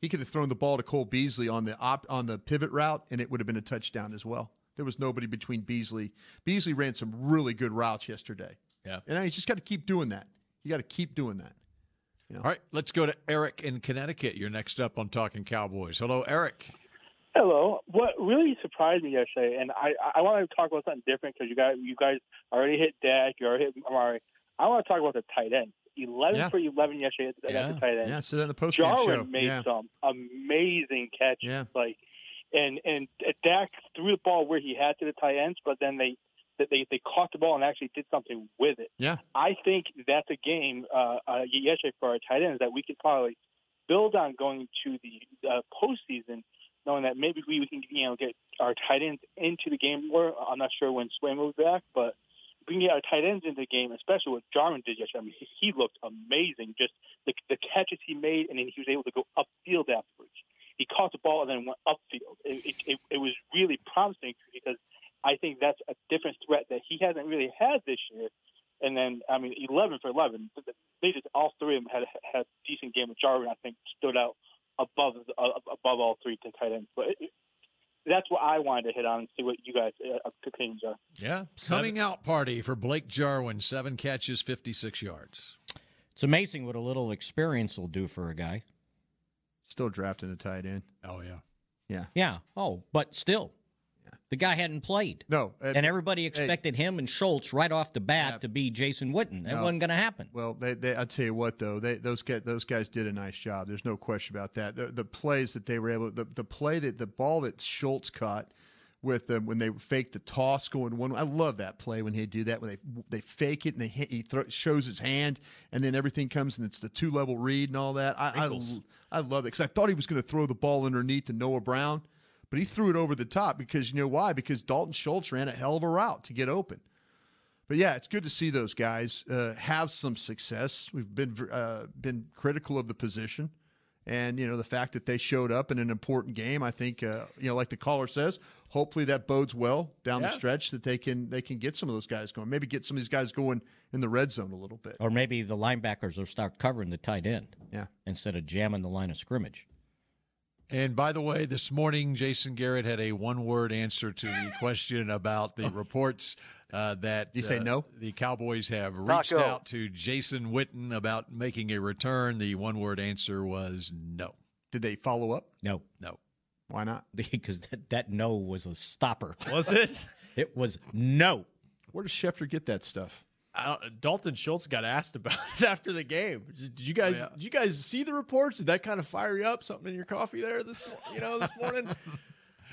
S6: he could have thrown the ball to Cole Beasley on the op, on the pivot route, and it would have been a touchdown as well. There was nobody between Beasley. Beasley ran some really good routes yesterday.
S5: Yeah.
S6: And I just got to keep doing that. You got to keep doing that.
S4: All right, let's go to Eric in Connecticut. You're next up on Talking Cowboys. Hello, Eric.
S15: Hello. What really surprised me yesterday, and I I want to talk about something different because you guys you guys already hit Dak, you already hit Amari. I want to talk about the tight end. Eleven
S6: Yeah.
S15: for eleven yesterday against
S6: Yeah.
S15: the tight end.
S6: Yeah, so then the post game
S15: Jarwin
S6: show.
S15: made
S6: yeah.
S15: some amazing catches.
S6: Yeah.
S15: Like, and and Dak threw the ball where he had to the tight ends, but then they they they caught the ball and actually did something with it.
S6: Yeah.
S15: I think that's a game uh, uh, yesterday for our tight ends that we could probably build on going to the uh, postseason, knowing that maybe we, we can you know get our tight ends into the game more. I'm not sure when Sway moves back, but if we can get our tight ends into the game, especially what Jarman did yesterday. I mean, he, he looked amazing. Just the, the catches he made, and then he was able to go upfield afterwards. He caught the ball and then went upfield. It, it, it, it was really promising because I think that's a different threat that he hasn't really had this year. And then, I mean, 11 for 11. They just all three of them had had a decent game. But Jarwin, I think, stood out above uh, above all three to tight ends. But it, it- that's what I wanted to hit on and see what you guys uh, opinions are.
S4: Yeah, coming out party for Blake Jarwin. Seven catches, 56 yards.
S2: It's amazing what a little experience will do for a guy.
S6: Still drafting a tight end.
S4: Oh yeah.
S6: Yeah.
S2: Yeah. Oh, but still. The guy hadn't played.
S6: No.
S2: and everybody expected him and Schultz right off the bat to be Jason Witten. That
S6: No.
S2: wasn't going to happen.
S6: Well, they, they, I'll tell you what, though, they, those guys, those guys did a nice job. There's no question about that. The, the plays that they were able, the, the play that the ball that Schultz caught with them when they faked the toss going one. I love that play when they do that when they they fake it and they hit, he thro- shows his hand and then everything comes and it's the two level read and all that. I I,
S4: Wrinkles.
S6: I love it because I thought he was going to throw the ball underneath to Noah Brown, but he threw it over the top because you know why? Because Dalton Schultz ran a hell of a route to get open. But yeah, it's good to see those guys uh, have some success. We've been uh, been critical of the position, and you know the fact that they showed up in an important game. I think uh, you know, like the caller says, hopefully that bodes well down the
S2: Yeah.
S6: stretch that they can they can get some of those guys going. Maybe get some of these guys going in the red zone a little bit.
S2: Or maybe the linebackers will start covering the tight end
S6: yeah.
S2: instead of jamming the line of scrimmage.
S4: And by the way, this morning, Jason Garrett had a one word answer to the question about the reports uh, that
S6: You say
S4: uh,
S6: no?
S4: the Cowboys have reached
S6: Taco.
S4: out to Jason Witten about making a return. The one word answer was no.
S6: Did they follow up?
S2: No.
S4: No.
S6: Why not?
S2: Because that, that no was a stopper.
S5: Was it?
S2: it was no.
S6: Where does Schefter get that stuff?
S5: I don't- Dalton Schultz got asked about it after the game. Did you guys?
S4: Oh,
S5: Did you guys see the reports? Did that kind of fire you up? Something in your coffee there this, mor- you know, this morning.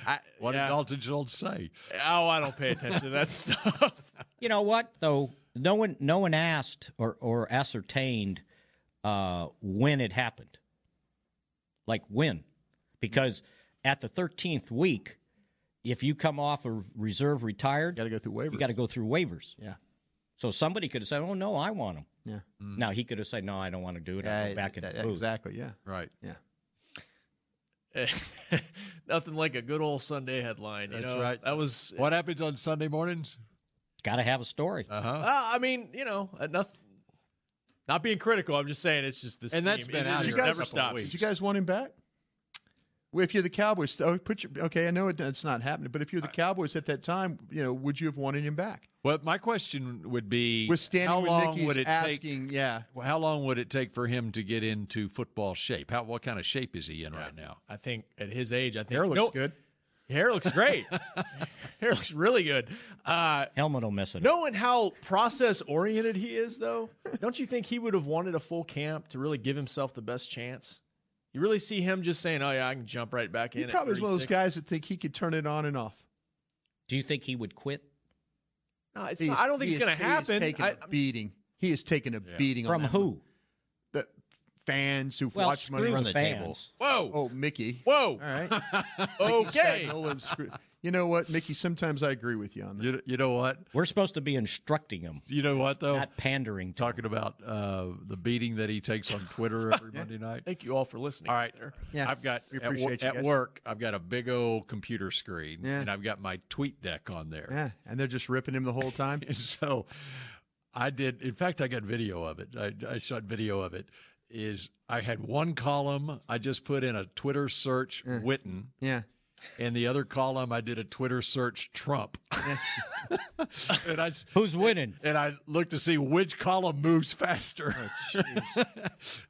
S5: I,
S4: What
S5: yeah.
S4: did Dalton Schultz say?
S5: Oh, I don't pay attention to that stuff.
S2: You know what though? No one no one asked or or ascertained uh, when it happened. Like when, because at the thirteenth week, if you come off a reserve retired, got
S6: to go through waivers.
S2: You got to go through waivers.
S6: Yeah.
S2: So somebody could have said, "Oh no, I want him."
S6: Yeah.
S2: Now he could have said, "No, I don't want to do it. I'll
S6: Yeah,
S2: go back and
S6: that-
S2: move."
S6: exactly, yeah.
S4: Right.
S6: Yeah.
S5: Nothing like a good old Sunday headline. You
S4: That's
S5: know?
S4: right.
S5: That was
S4: What happens on Sunday mornings?
S2: Got to have a story.
S4: Uh-huh.
S5: Uh, I mean, you know, uh, nothing. Not being critical, I'm just saying it's just this.
S4: And that's
S5: team.
S4: been
S5: It- it
S4: out
S5: just
S6: Did you guys-
S5: never stops.
S6: Did you guys want him back? Well, if you're the Cowboys, oh, put your, okay. I know it, it's not happening, but if you're the Cowboys at that time, you know, would you have wanted him back?
S4: Well, my question would be:
S6: Withstanding
S4: how
S6: when
S4: long
S6: Mickey's
S4: would it
S6: asking,
S4: take?
S6: yeah.
S4: well, how long would it take for him to get into football shape? How what kind of shape is he in right now?
S5: I think at his age, I think
S4: Hair looks
S6: good.
S5: Hair looks great. hair looks really good. Uh,
S2: Helmet will miss it.
S5: Knowing how process oriented he is, though, don't you think he would have wanted a full camp to really give himself the best chance? You really see him just saying, "Oh yeah, I can jump right back
S6: He
S5: in." at
S6: probably is one of those
S5: 36."
S6: guys that think he could turn it on and off.
S2: Do you think he would quit?
S5: No, it's not- I don't think
S6: he
S5: it's going
S6: is-
S5: to happen.
S6: He is taking
S5: I-
S6: a beating. He has taken a beating on
S2: From
S6: that
S2: who?
S6: one. The fans who
S2: Well,
S6: watch money
S2: screw
S6: run
S2: the
S6: the, table.
S2: fans.
S5: Whoa!
S6: Oh, Mickey.
S5: Whoa! All
S6: right.
S5: okay.
S6: Nolan, screw- you know what, Mickey? Sometimes I agree with you on that.
S4: You, you know what?
S2: We're supposed to be instructing him.
S4: You know what though?
S2: Not pandering. To
S4: Talking about uh, the beating that he takes on Twitter every Monday night.
S5: Thank you all for listening.
S4: All right,
S6: Yeah.
S4: I've got
S6: We
S4: at, wo-
S6: appreciate you
S4: at
S6: guys.
S4: work. I've got a big old computer screen,
S6: Yeah.
S4: and I've got my tweet deck on there.
S6: Yeah, and they're just ripping him the whole time.
S4: And so I did. In fact, I got video of it. I, I shot video of it. Is I had one column. I just put in a Twitter search Witten.
S6: Yeah.
S4: And the other column, I did a Twitter search Trump. and I s-
S2: Who's winning?
S4: and I looked to see which column moves faster.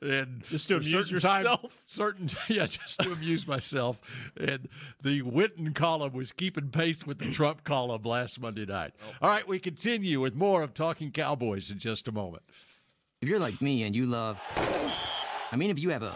S4: and
S5: Just to
S4: for
S5: amuse
S4: certain time-
S5: yourself?
S4: certain, yeah, just to amuse myself. And the Witten column was keeping pace with the Trump column last Monday night. All right, we continue with more of Talking Cowboys in just a moment.
S10: If you're like me and you love. I mean, if you have a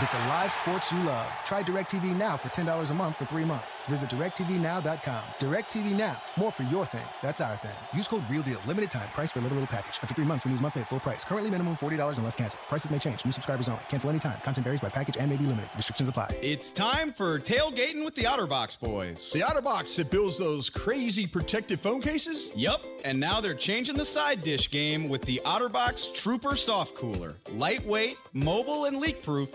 S11: Get the live sports you love. Try DirecTV Now for $10 a month for three months. Visit DirecTVNow.com. DirecTV Now. More for your thing. That's our thing. Use code REALDEAL. Limited time. Price for a little, little package. After three months, when use monthly at full price. Currently minimum $40 unless canceled. Prices may change. New subscribers only. Cancel anytime. Content varies by package and may be limited. Restrictions apply.
S16: It's time for tailgating with the OtterBox boys. The OtterBox that builds those crazy protective phone cases? Yep. And now they're changing the side dish game with the OtterBox Trooper Soft Cooler. Lightweight, mobile, and leak-proof,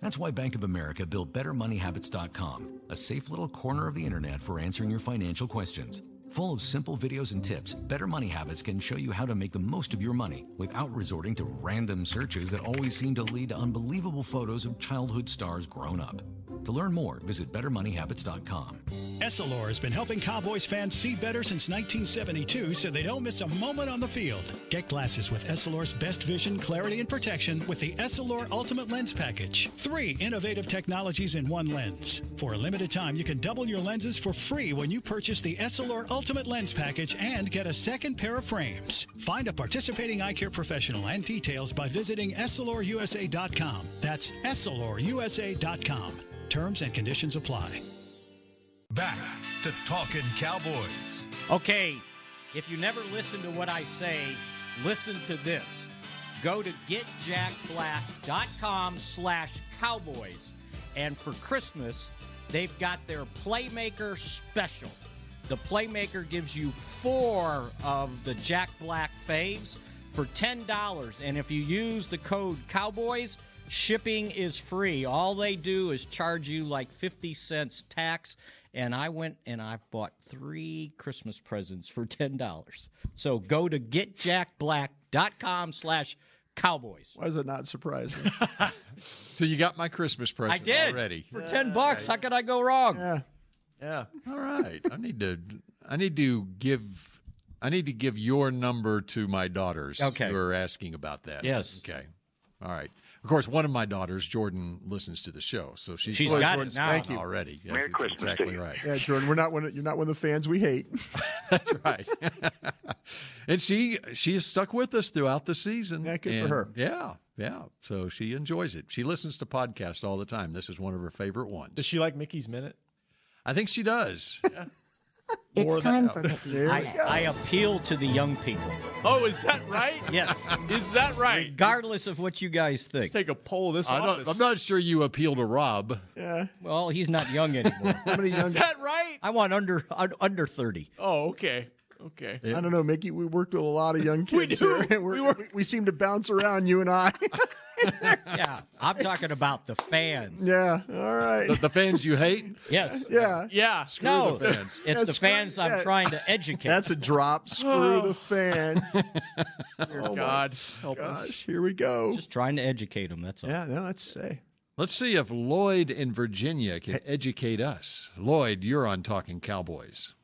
S17: That's why Bank of America built BetterMoneyHabits.com, a safe little corner of the internet for answering your financial questions. Full of simple videos and tips, Better Money Habits can show you how to make the most of your money without resorting to random searches that always seem to lead to unbelievable photos of childhood stars grown up. To learn more, visit BetterMoneyHabits.com.
S9: Essilor has been helping Cowboys fans see better since 1972 so they don't miss a moment on the field. Get glasses with Essilor's best vision, clarity, and protection with the Essilor Ultimate Lens Package. Three innovative technologies in one lens. For a limited time, you can double your lenses for free when you purchase the Essilor Ultimate Lens Package and get a second pair of frames. Find a participating eye care professional and details by visiting EssilorUSA.com. That's EssilorUSA.com. Terms and conditions apply.
S1: Back to Talking Cowboys.
S2: Okay, if you never listen to what I say, listen to this. Go to getjackblack.com slash cowboys. And for Christmas, they've got their Playmaker special. The Playmaker gives you four of the Jack Black faves for $10. And if you use the code COWBOYS, shipping is free. All they do is charge you like 50 cents tax. And I went and I've bought three Christmas presents for $10. So go to getjackblack.com slash cowboys.
S6: Why is it not surprising?
S4: so you got my Christmas
S2: I
S4: present
S2: did.
S4: already
S2: For 10 bucks, how could I go wrong?
S6: Yeah.
S5: Yeah.
S4: All right. I need to. I need to give. I need to give your number to my daughters.
S2: Okay.
S4: Who are asking about that?
S2: Yes.
S4: Okay. All right. Of course, one of my daughters, Jordan, listens to the show, so she's,
S2: She's
S4: got
S2: got
S4: Jordan's
S2: it now.
S4: thank you. already. Yeah,
S2: Merry
S4: that's
S2: Christmas to
S4: Exactly
S2: you.
S4: right.
S6: Yeah, Jordan, we're not one. Of, you're not one of the fans we hate.
S4: That's right. and she she has stuck with us throughout the season. Yeah,
S6: good for her.
S4: Yeah, yeah. So she enjoys it. She listens to podcasts all the time. This is one of her favorite ones.
S5: Does she like Mickey's Minute?
S4: I think she does.
S2: It's
S4: Or
S2: time
S4: that-
S2: for Mickey's There we Minute. go. I appeal to the young people.
S5: Oh, is that right?
S2: yes.
S5: Is that right?
S2: Regardless of what you guys think. Let's
S5: take a poll of this
S4: I don't,
S5: office.
S4: I'm not sure you appeal to Rob.
S6: Yeah.
S2: Well, he's not young anymore.
S6: How many young?
S5: Is that right?
S2: I want under un- under 30.
S5: Oh, okay. Okay.
S6: I don't know, Mickey. We worked with a lot of young kids. we
S5: do.
S6: and we're, we, we seem to bounce around. You and I.
S2: yeah. I'm talking about the fans.
S6: yeah. All right.
S4: The, the fans you hate?
S2: Yes.
S6: Yeah.
S5: Yeah.
S4: Screw
S2: No,
S4: the fans.
S2: it's
S6: Yeah,
S2: the
S6: screw-
S2: fans I'm
S6: yeah.
S2: trying to educate.
S6: That's a drop. Screw the fans.
S5: Oh, God, help us.
S6: Gosh, here we go.
S2: Just trying to educate them. That's all.
S6: Yeah, no, let's say.
S4: Let's see if Lloyd in Virginia can educate us. Lloyd, you're on Talking Cowboys.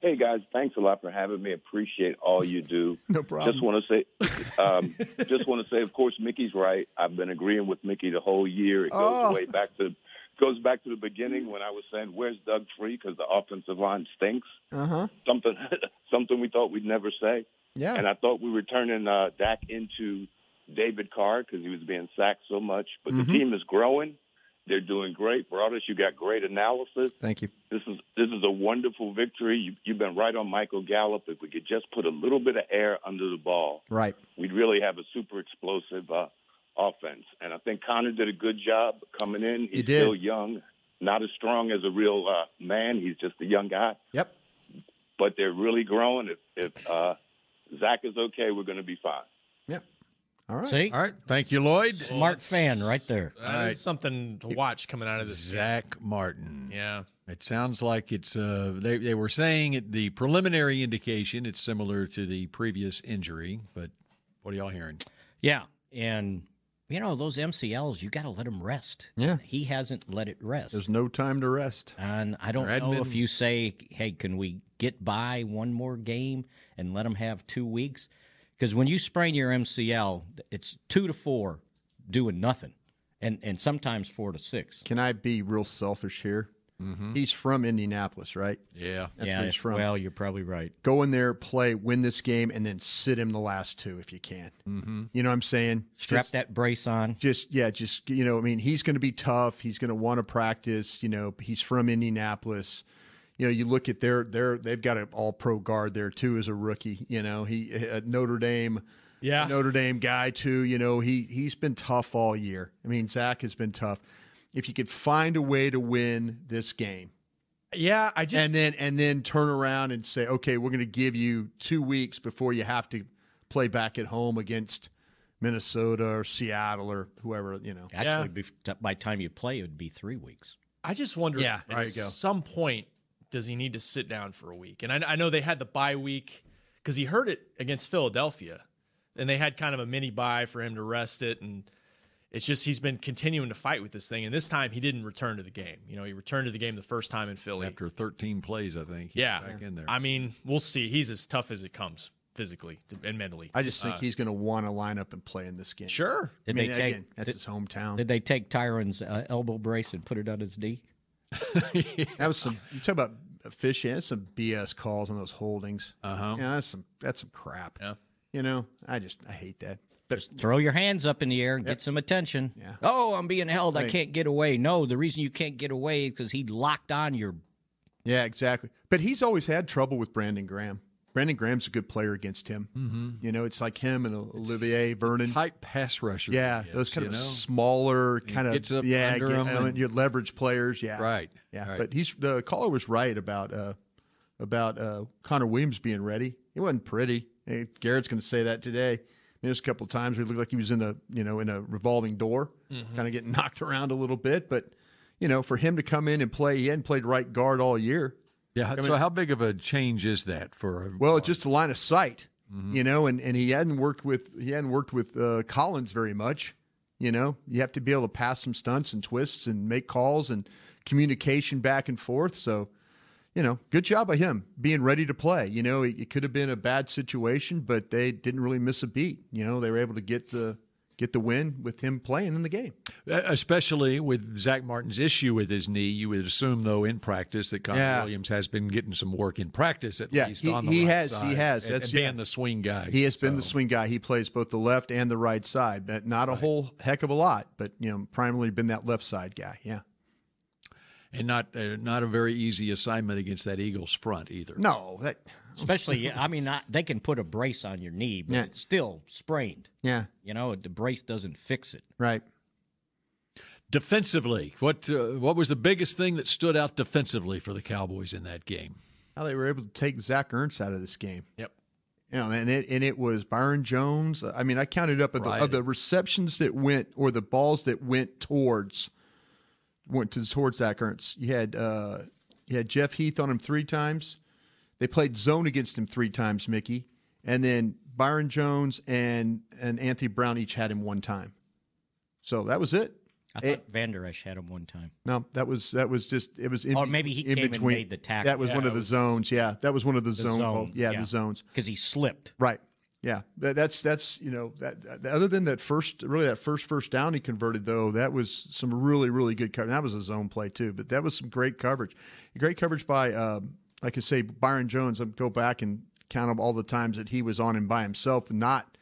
S18: Hey guys, thanks a lot for having me. Appreciate all you do.
S6: No problem.
S18: Just want to say, um, just want to say, of course, Mickey's right. I've been agreeing with Mickey the whole year. It goes
S6: Oh.
S18: way back to goes back to the beginning when I was saying, "Where's Doug Free?" Because the offensive line stinks.
S6: Uh huh.
S18: Something, something we thought we'd never say.
S6: Yeah.
S18: And I thought we were turning uh, Dak into David Carr because he was being sacked so much. But
S6: Mhm.
S18: the team is growing. They're doing great. Broadus, you got great analysis.
S6: Thank you.
S18: This is this is a wonderful victory. You, you've been right on Michael Gallup. If we could just put a little bit of air under the ball,
S6: Right.
S18: we'd really have a super explosive uh, offense. And I think Connor did a good job coming in. He's
S6: He did.
S18: still young, not as strong as a real uh, man. He's just a young guy.
S6: Yep.
S18: But they're really growing. If, if uh, Zach is okay, we're going to be fine.
S6: All right.
S2: See?
S4: All right. Thank you, Lloyd.
S2: Smart fan right there.
S5: That is something to watch coming out of this.
S4: Zach Martin.
S5: Yeah.
S4: It sounds like it's, uh, they, they were saying at the preliminary indication it's similar to the previous injury, but what are y'all hearing?
S2: Yeah. And, you know, those MCLs, you got to let them rest.
S6: Yeah.
S2: He hasn't let it rest.
S6: There's no time to rest.
S2: And I don't
S4: Their
S2: know
S4: admin-
S2: if you say, hey, can we get by one more game and let them have two weeks? Because when you sprain your MCL, it's two to four doing nothing, and, and sometimes four to six.
S6: Can I be real selfish here? He's from Indianapolis, right?
S4: Yeah.
S6: That's
S2: yeah,
S6: where he's from.
S2: well, you're probably right.
S6: Go in there, play, win this game, and then sit him the last two if you can.
S2: Mm-hmm.
S6: You know what I'm saying?
S2: Strap
S6: Just-
S2: that brace on.
S6: Just yeah, just you know, I mean, he's going to be tough. He's going to want to practice. You know, he's from Indianapolis. You know, you look at their their they've got an all pro guard there too as a rookie. You know, he uh, Notre Dame,
S5: Yeah.
S6: Notre Dame guy too. You know, he he's been tough all year. I mean, Zach has been tough. If you could find a way to win this game,
S5: Yeah, I just
S6: and then and then turn around and say, okay, we're going to give you two weeks before you have to play back at home against Minnesota or Seattle or whoever, you know.
S2: Actually, bef- by the time you play, it would be three weeks.
S5: I just wonder.
S6: Yeah,
S5: at
S6: there you go.
S5: some point, does he need to sit down for a week? And I, I know they had the bye week because he hurt it against Philadelphia, and they had kind of a mini bye for him to rest it. And it's just he's been continuing to fight with this thing. And this time, he didn't return to the game. You know, he returned to the game the first time in Philly
S4: after 13 plays, I think. he
S5: Yeah,
S4: was back in there.
S5: I mean, we'll see. He's as tough as it comes physically and mentally.
S6: I just think
S5: Uh,
S6: he's going to want to line up and play in this game.
S5: Sure.
S6: I
S2: Did
S6: mean,
S2: they take-
S6: again, that's
S2: did-
S6: his hometown.
S2: Did they take Tyron's uh, elbow brace and put it on his knee?
S6: That was some. You talk about fishing. That's some BS calls on those holdings. Uh huh. Yeah, that's some. That's some crap.
S5: Uh-huh. Yeah.
S6: You know, I just I hate that. But
S2: Throw your hands up in the air and get some attention. Oh, I'm being held. I
S6: Right.
S2: can't get away. No, the reason you can't get away is because he locked on your.
S6: yeah, exactly. But he's always had trouble with Brandon Graham. Brandon Graham's a good player against him.
S5: Mm-hmm.
S4: Mhm.
S6: You know, it's like him and Olivier Vernon.
S4: Type pass rusher.
S6: Yeah,
S4: he
S6: those
S4: is,
S6: kind
S4: you
S6: of
S4: know?
S6: smaller
S4: He
S6: kind of
S4: gets up
S6: yeah,
S4: under 'em
S6: I mean,
S4: and-
S6: your leverage players. Yeah,
S4: Right,
S6: Yeah,
S4: right.
S6: but he's the caller was right about uh, about uh, Connor Williams being ready. It wasn't pretty. Hey, Garrett's going to say that today. I mean, there's a couple of times where he looked like he was in a you know in a revolving door,
S4: Mm-hmm.
S5: Mhm.
S6: kind of getting knocked around a little bit. But you know, for him to come in and play, he hadn't played right guard all year.
S4: Yeah.
S6: I
S4: so
S6: mean-
S4: how big of a change is that for a
S6: Well, it's just a line of sight, you know, and, and he hadn't worked with he hadn't worked with uh, Collins very much. You know, you have to be able to pass some stunts and twists and make calls and communication back and forth. So, you know, good job by him being ready to play. You know, it, it could have been a bad situation, but they didn't really miss a beat. You know, they were able to get the get the win with him playing in the game.
S4: e, Especially with Zach Martin's issue with his knee, you would assume though in practice that Connor
S6: Yeah.
S4: Williams has been getting some work in practice at
S6: Yeah,
S4: least.
S6: he-
S4: on the
S6: he
S4: right
S6: has, he
S4: side
S6: has.
S4: and-
S6: That's-
S4: and being
S6: yeah.
S4: the swing guy.
S6: He has been the swing guy. He plays both the left and the right side, but not a whole heck of a lot. But you know, primarily been that left side guy. Yeah.
S4: and not uh, not a very easy assignment against that Eagles front either.
S6: No, that
S2: Especially, I mean, I, they can put a brace on your knee, but
S4: Yeah.
S2: it's still sprained.
S6: Yeah.
S2: You know, the brace doesn't fix it.
S6: Right.
S4: Defensively, what uh, what was the biggest thing that stood out defensively for the Cowboys in that game?
S6: how they were able to take Zach Ertz out of this game.
S4: Yep.
S6: You know, and it and it was Byron Jones. I mean, I counted up of the, of the receptions that went or the balls that went towards went to towards Zach Ertz. You had uh, you had Jeff Heath on him three times. They played zone against him three times, Mickey, and then Byron Jones and and Anthony Brown each had him one time. So that was it.
S2: I thought Vander Esch had him one time.
S6: No, that was that was just it was. In,
S2: Or maybe he
S6: in
S2: came and
S6: between.
S2: made the tackle.
S6: That was
S2: Yeah,
S6: one of
S2: it
S6: the
S2: was-
S6: zones. Yeah, that was one of the,
S2: The
S6: zone.
S2: zone,
S6: call- Yeah,
S2: yeah.
S6: the zones
S2: because he slipped.
S6: Right. Yeah. That, that's that's you know that, that- other than that first really that first first down he converted though that was some really really good coverage. That was a zone play too, but that was some great coverage. Great coverage by um, like I say Byron Jones. I go back and count up all the times that he was on him by himself, not.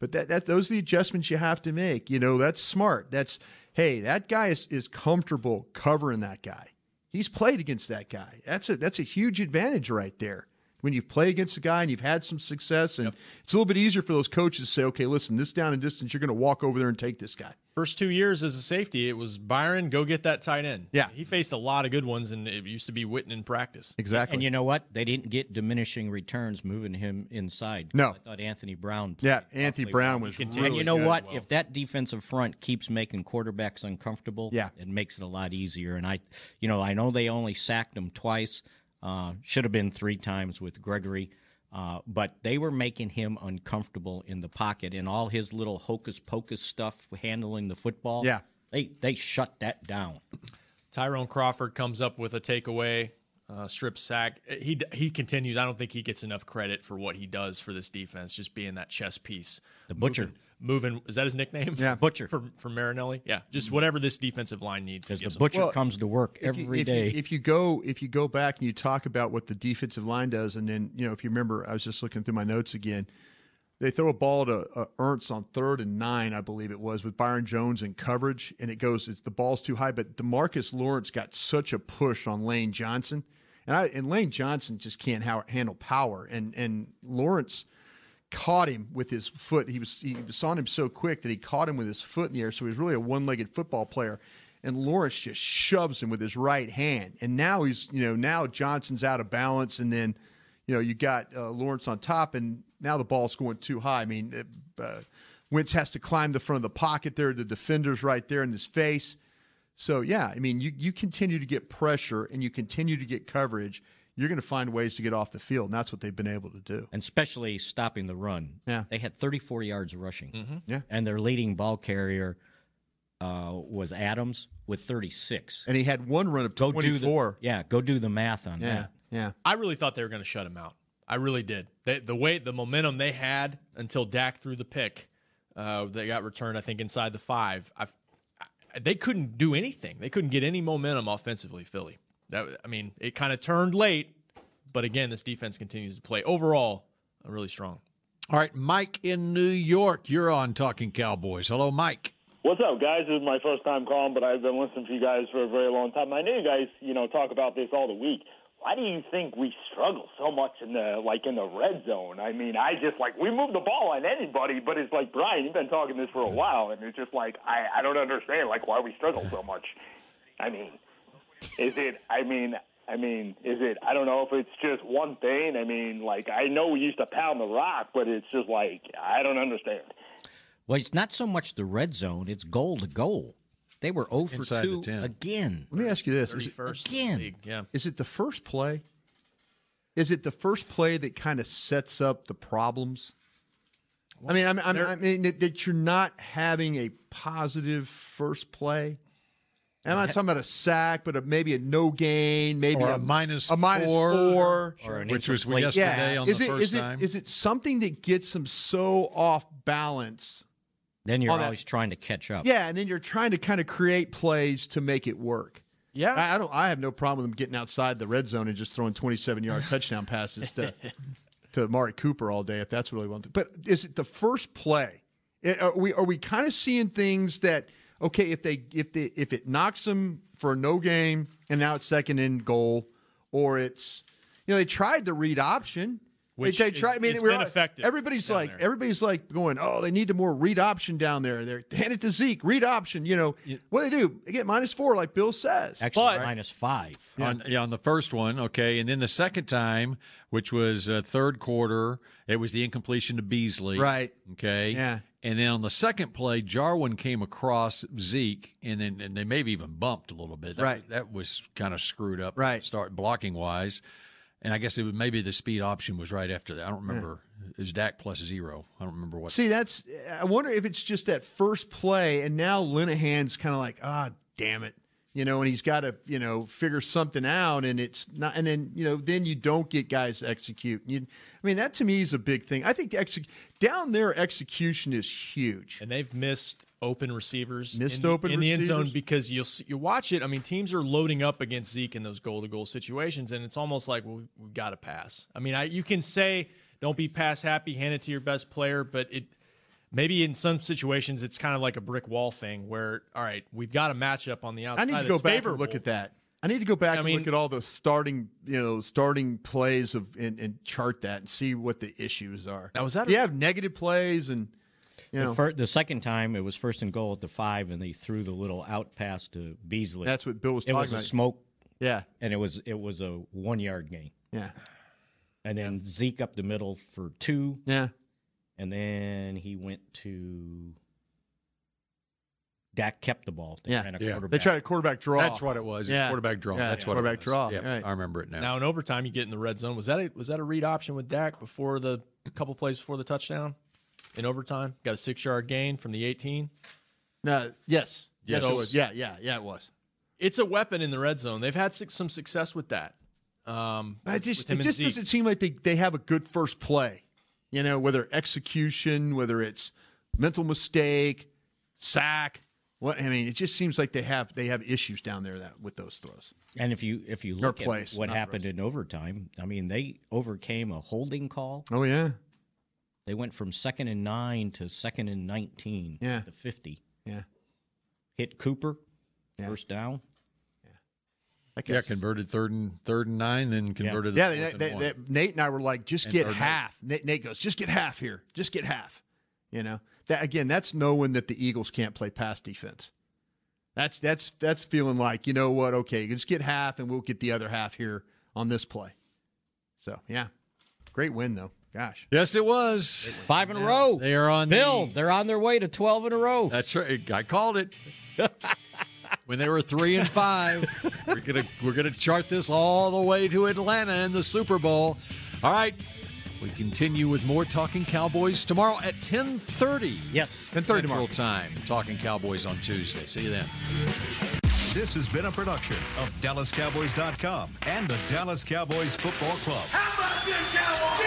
S6: But that, that those are the adjustments you have to make. You know that's smart. That's hey that guy is is comfortable covering that guy. He's played against that guy. That's a that's a huge advantage right there. When you play against a guy and you've had some success, and it's a little bit easier for those coaches to say, okay, listen, this down and distance, you're going to walk over there and take this guy.
S5: First two years as a safety, it was Byron, go get that tight end.
S6: Yeah.
S5: He faced a lot of good ones, and it used to be Witten in practice.
S6: Exactly.
S2: And you know what? They didn't get diminishing returns moving him inside.
S6: No.
S2: I thought Anthony Brown.
S6: Yeah, Anthony Brown was
S2: And
S6: really
S2: you know
S6: good.
S2: what? If that defensive front keeps making quarterbacks uncomfortable,
S6: Yeah.
S2: it makes it a lot easier. And I, you know, I know they only sacked him twice. Uh, should have been three times with Gregory, uh, but they were making him uncomfortable in the pocket and all his little hocus pocus stuff handling the football.
S5: Yeah.
S2: they they shut that down.
S5: Tyrone Crawford comes up with a takeaway, uh, strip sack. He he continues. I don't think he gets enough credit for what he does for this defense, just being that chess piece. The
S2: butcher.
S5: moving, is that his nickname?
S2: Yeah. Butcher. Mm-hmm.
S5: for for Marinelli. Yeah, just whatever this defensive line needs. he gives
S2: The
S5: them.
S2: butcher comes to work every
S6: if
S2: day.
S6: You, if you go if you go back and you talk about what the defensive line does, and then you know if you remember, I was just looking through my notes again. They throw a ball to uh, Ernst on third and nine, I believe it was, with Byron Jones in coverage, and it goes. It's the ball's too high, but Demarcus Lawrence got such a push on Lane Johnson, and I and Lane Johnson just can't how, handle power, and and Lawrence caught him with his foot. He was he was on him so quick that he caught him with his foot in the air. So he was really a one legged football player. And Lawrence just shoves him with his right hand. And now he's you know now Johnson's out of balance, and then you know you got uh, Lawrence on top, and now the ball's going too high. I mean. Uh, Wentz has to climb the front of the pocket there. The defender's right there in his face. So yeah, I mean, you you continue to get pressure and you continue to get coverage. You're going to find ways to get off the field, and that's what they've been able to do.
S2: and especially stopping the run.
S6: Yeah.
S2: They had 34 yards rushing.
S19: Mm-hmm.
S6: Mhm. Yeah.
S2: And their leading ball carrier uh, was Adams with 36.
S6: And he had one run of
S2: go do the-
S6: 24.
S2: yeah, go do the math on
S6: Yeah.
S2: that.
S6: Yeah.
S5: I really thought they were going to shut him out. I really did. They, the way the momentum they had until Dak threw the pick, uh, they got returned. I think inside the five. I've, I, they couldn't do anything. They couldn't get any momentum offensively. Philly. That I mean, it kind of turned late, but again, this defense continues to play overall uh, really strong.
S4: All right, Mike in New York, you're on Talking Cowboys. Hello, Mike.
S19: What's up, guys? This is my first time calling, but I've been listening to you guys for a very long time. I know you guys, you know, talk about this all the week. Why do you think we struggle so much in the like in the red zone? I mean, I just like we move the ball on anybody, but it's like Brian, you've been talking this for a while, and it's just like I I don't understand like why we struggle so much. I mean, is it? I mean, I mean, is it? I don't know if it's just one thing. I mean, like I know we used to pound the rock, but it's just like I don't understand.
S2: Well, it's not so much the red zone, it's goal to goal. They were 0 for
S6: Inside the
S2: 2
S6: 10.
S2: again.
S6: Let me ask you this: is it,
S5: 31st
S2: again,
S5: yeah.
S6: is it the first play? Is it the first play that kind of sets up the problems? I mean, I'm, I'm, I mean that, that you're not having a positive first play. I'm not talking about a sack, but a, maybe a no gain, maybe
S4: Or
S6: a,
S4: a minus
S6: a minus
S4: four,
S6: four,
S4: or an Which was incomplete yesterday
S6: Yeah.
S4: on the
S6: Is it-
S4: first
S6: is it-
S4: time.
S6: Is it something that gets them so off balance?
S2: Then you're
S6: on that-
S2: always trying to catch up.
S6: Yeah, and then you're trying to kind of create plays to make it work.
S5: Yeah,
S6: I, I don't. I have no problem with them getting outside the red zone and just throwing 27 yard touchdown passes to to Amari Cooper all day if that's what they want to. But is it the first play? It- are we are we kind of seeing things that okay if they if they if it knocks them for a no game and now it's second and goal or it's you know they tried the read option.
S5: Which
S6: they
S5: is-
S6: tried. I mean,
S5: it's
S6: we're-
S5: been effective
S6: Everybody's
S5: down
S6: like, everybody's like going, oh, they need to more read option down there. They're hand it to Zeke, read option. You know what do they do? They get minus four, like Bill says.
S2: Actually, minus five.
S4: On, yeah, on the first one, okay. And then the second time, which was uh, third quarter, it was the incompletion to Beasley.
S6: Right.
S4: Okay.
S6: Yeah.
S4: And then on the second play, Jarwin came across Zeke, and then and they maybe even bumped a little bit. That,
S6: Right.
S4: That was kind of screwed up.
S6: Right.
S4: Start blocking wise. And I guess it was maybe the speed option was right after that. I don't remember. It was Dak plus zero. I don't remember what.
S6: See, that's. I wonder if it's just that first play, and now Linehan's kind of like, ah, damn it, you know, and he's got to, you know, figure something out, and it's not, and then you know, then you don't get guys to execute. You, I mean, that to me is a big thing. I think exec, down there execution is huge.
S5: And they've missed open receivers,
S6: Missed
S5: in the,
S6: open
S5: in the end zone
S6: receivers?
S5: because you'll see, you watch it. I mean, teams are loading up against Zeke in those goal to goal situations, and it's almost like well, we've got to pass. I mean, I, you can say don't be pass happy, hand it to your best player, but it maybe in some situations it's kind of like a brick wall thing where all right, we've got a matchup on the outside.
S6: I need to go
S5: that's
S6: back
S5: favorable.
S6: and look at that. I need to go back and
S5: mean-
S6: look at all the starting, you know, starting plays of and, and chart that and see what the issues are.
S5: Now, was that
S6: you have negative plays and you know
S2: The, fir- the second time, it was first and goal at the five, and they threw the little out pass to Beasley.
S6: That's what Bill was
S2: It was
S6: talking
S2: a
S6: about.
S2: smoke.
S6: Yeah,
S2: and it was it was a one yard gain.
S6: Yeah,
S2: and then Zeke up the middle for two.
S6: Yeah,
S2: and then he went to. Dak kept the ball. They ran a quarterback.
S6: They tried a quarterback draw.
S4: That's what it was. It's Yeah. quarterback draw. Yeah. That's what it
S6: quarterback
S4: was.
S6: draw.
S4: Yeah,
S6: Right.
S4: I remember it now.
S5: Now in overtime, you get in the red zone. Was that a, was that a read option with Dak before the a couple plays before the touchdown? In overtime, got a six yard gain from the eighteen.
S6: No, yes, yes,
S5: So
S6: it was. Yeah, yeah, yeah, it was.
S5: It's a weapon in the red zone. They've had suc- some success with that. Um,
S6: I just
S5: with him
S6: it
S5: and
S6: just
S5: Zeke.
S6: doesn't seem like they, they have a good first play. You know, whether execution, whether it's mental mistake, sack. What I mean, it just seems like they have they have issues down there that with those throws.
S2: And if you if you
S6: Or
S2: look at
S6: place,
S2: what
S6: not
S2: happened in overtime, I mean they overcame a holding call.
S6: Oh yeah,
S2: They went from second and nine to second and nineteen.
S6: Yeah.
S2: to fifty.
S6: Yeah,
S2: hit Cooper, first down.
S4: yeah, converted third and third and nine, then converted.
S6: Yeah,
S4: the
S6: they,
S4: fourth and
S6: they,
S4: one.
S6: they, Nate and I were like, just
S4: And
S6: get
S4: third down.
S6: half. Nate, Nate goes, just get half here, just get half. You know that again. That's knowing that the Eagles can't play pass defense. That's that's that's feeling like you know what? Okay, just get half, and we'll get the other half here on this play. So yeah, great win though. Gosh.
S4: Yes, it was.
S2: Five in a row.
S4: They are on
S2: Bill,
S4: the- Uh,
S2: they're on their way to 12 in a row.
S4: That's right. I called it. when they were three and five. We're gonna we're gonna chart this all the way to Atlanta and the Super Bowl. All right. We continue with more Talking Cowboys tomorrow at ten thirty.
S2: Yes.
S4: Ten thirty tomorrow time. Talking Cowboys on Tuesday. See you then.
S1: This has been a production of DallasCowboys.com and the Dallas Cowboys Football Club.
S3: How about this, Cowboys?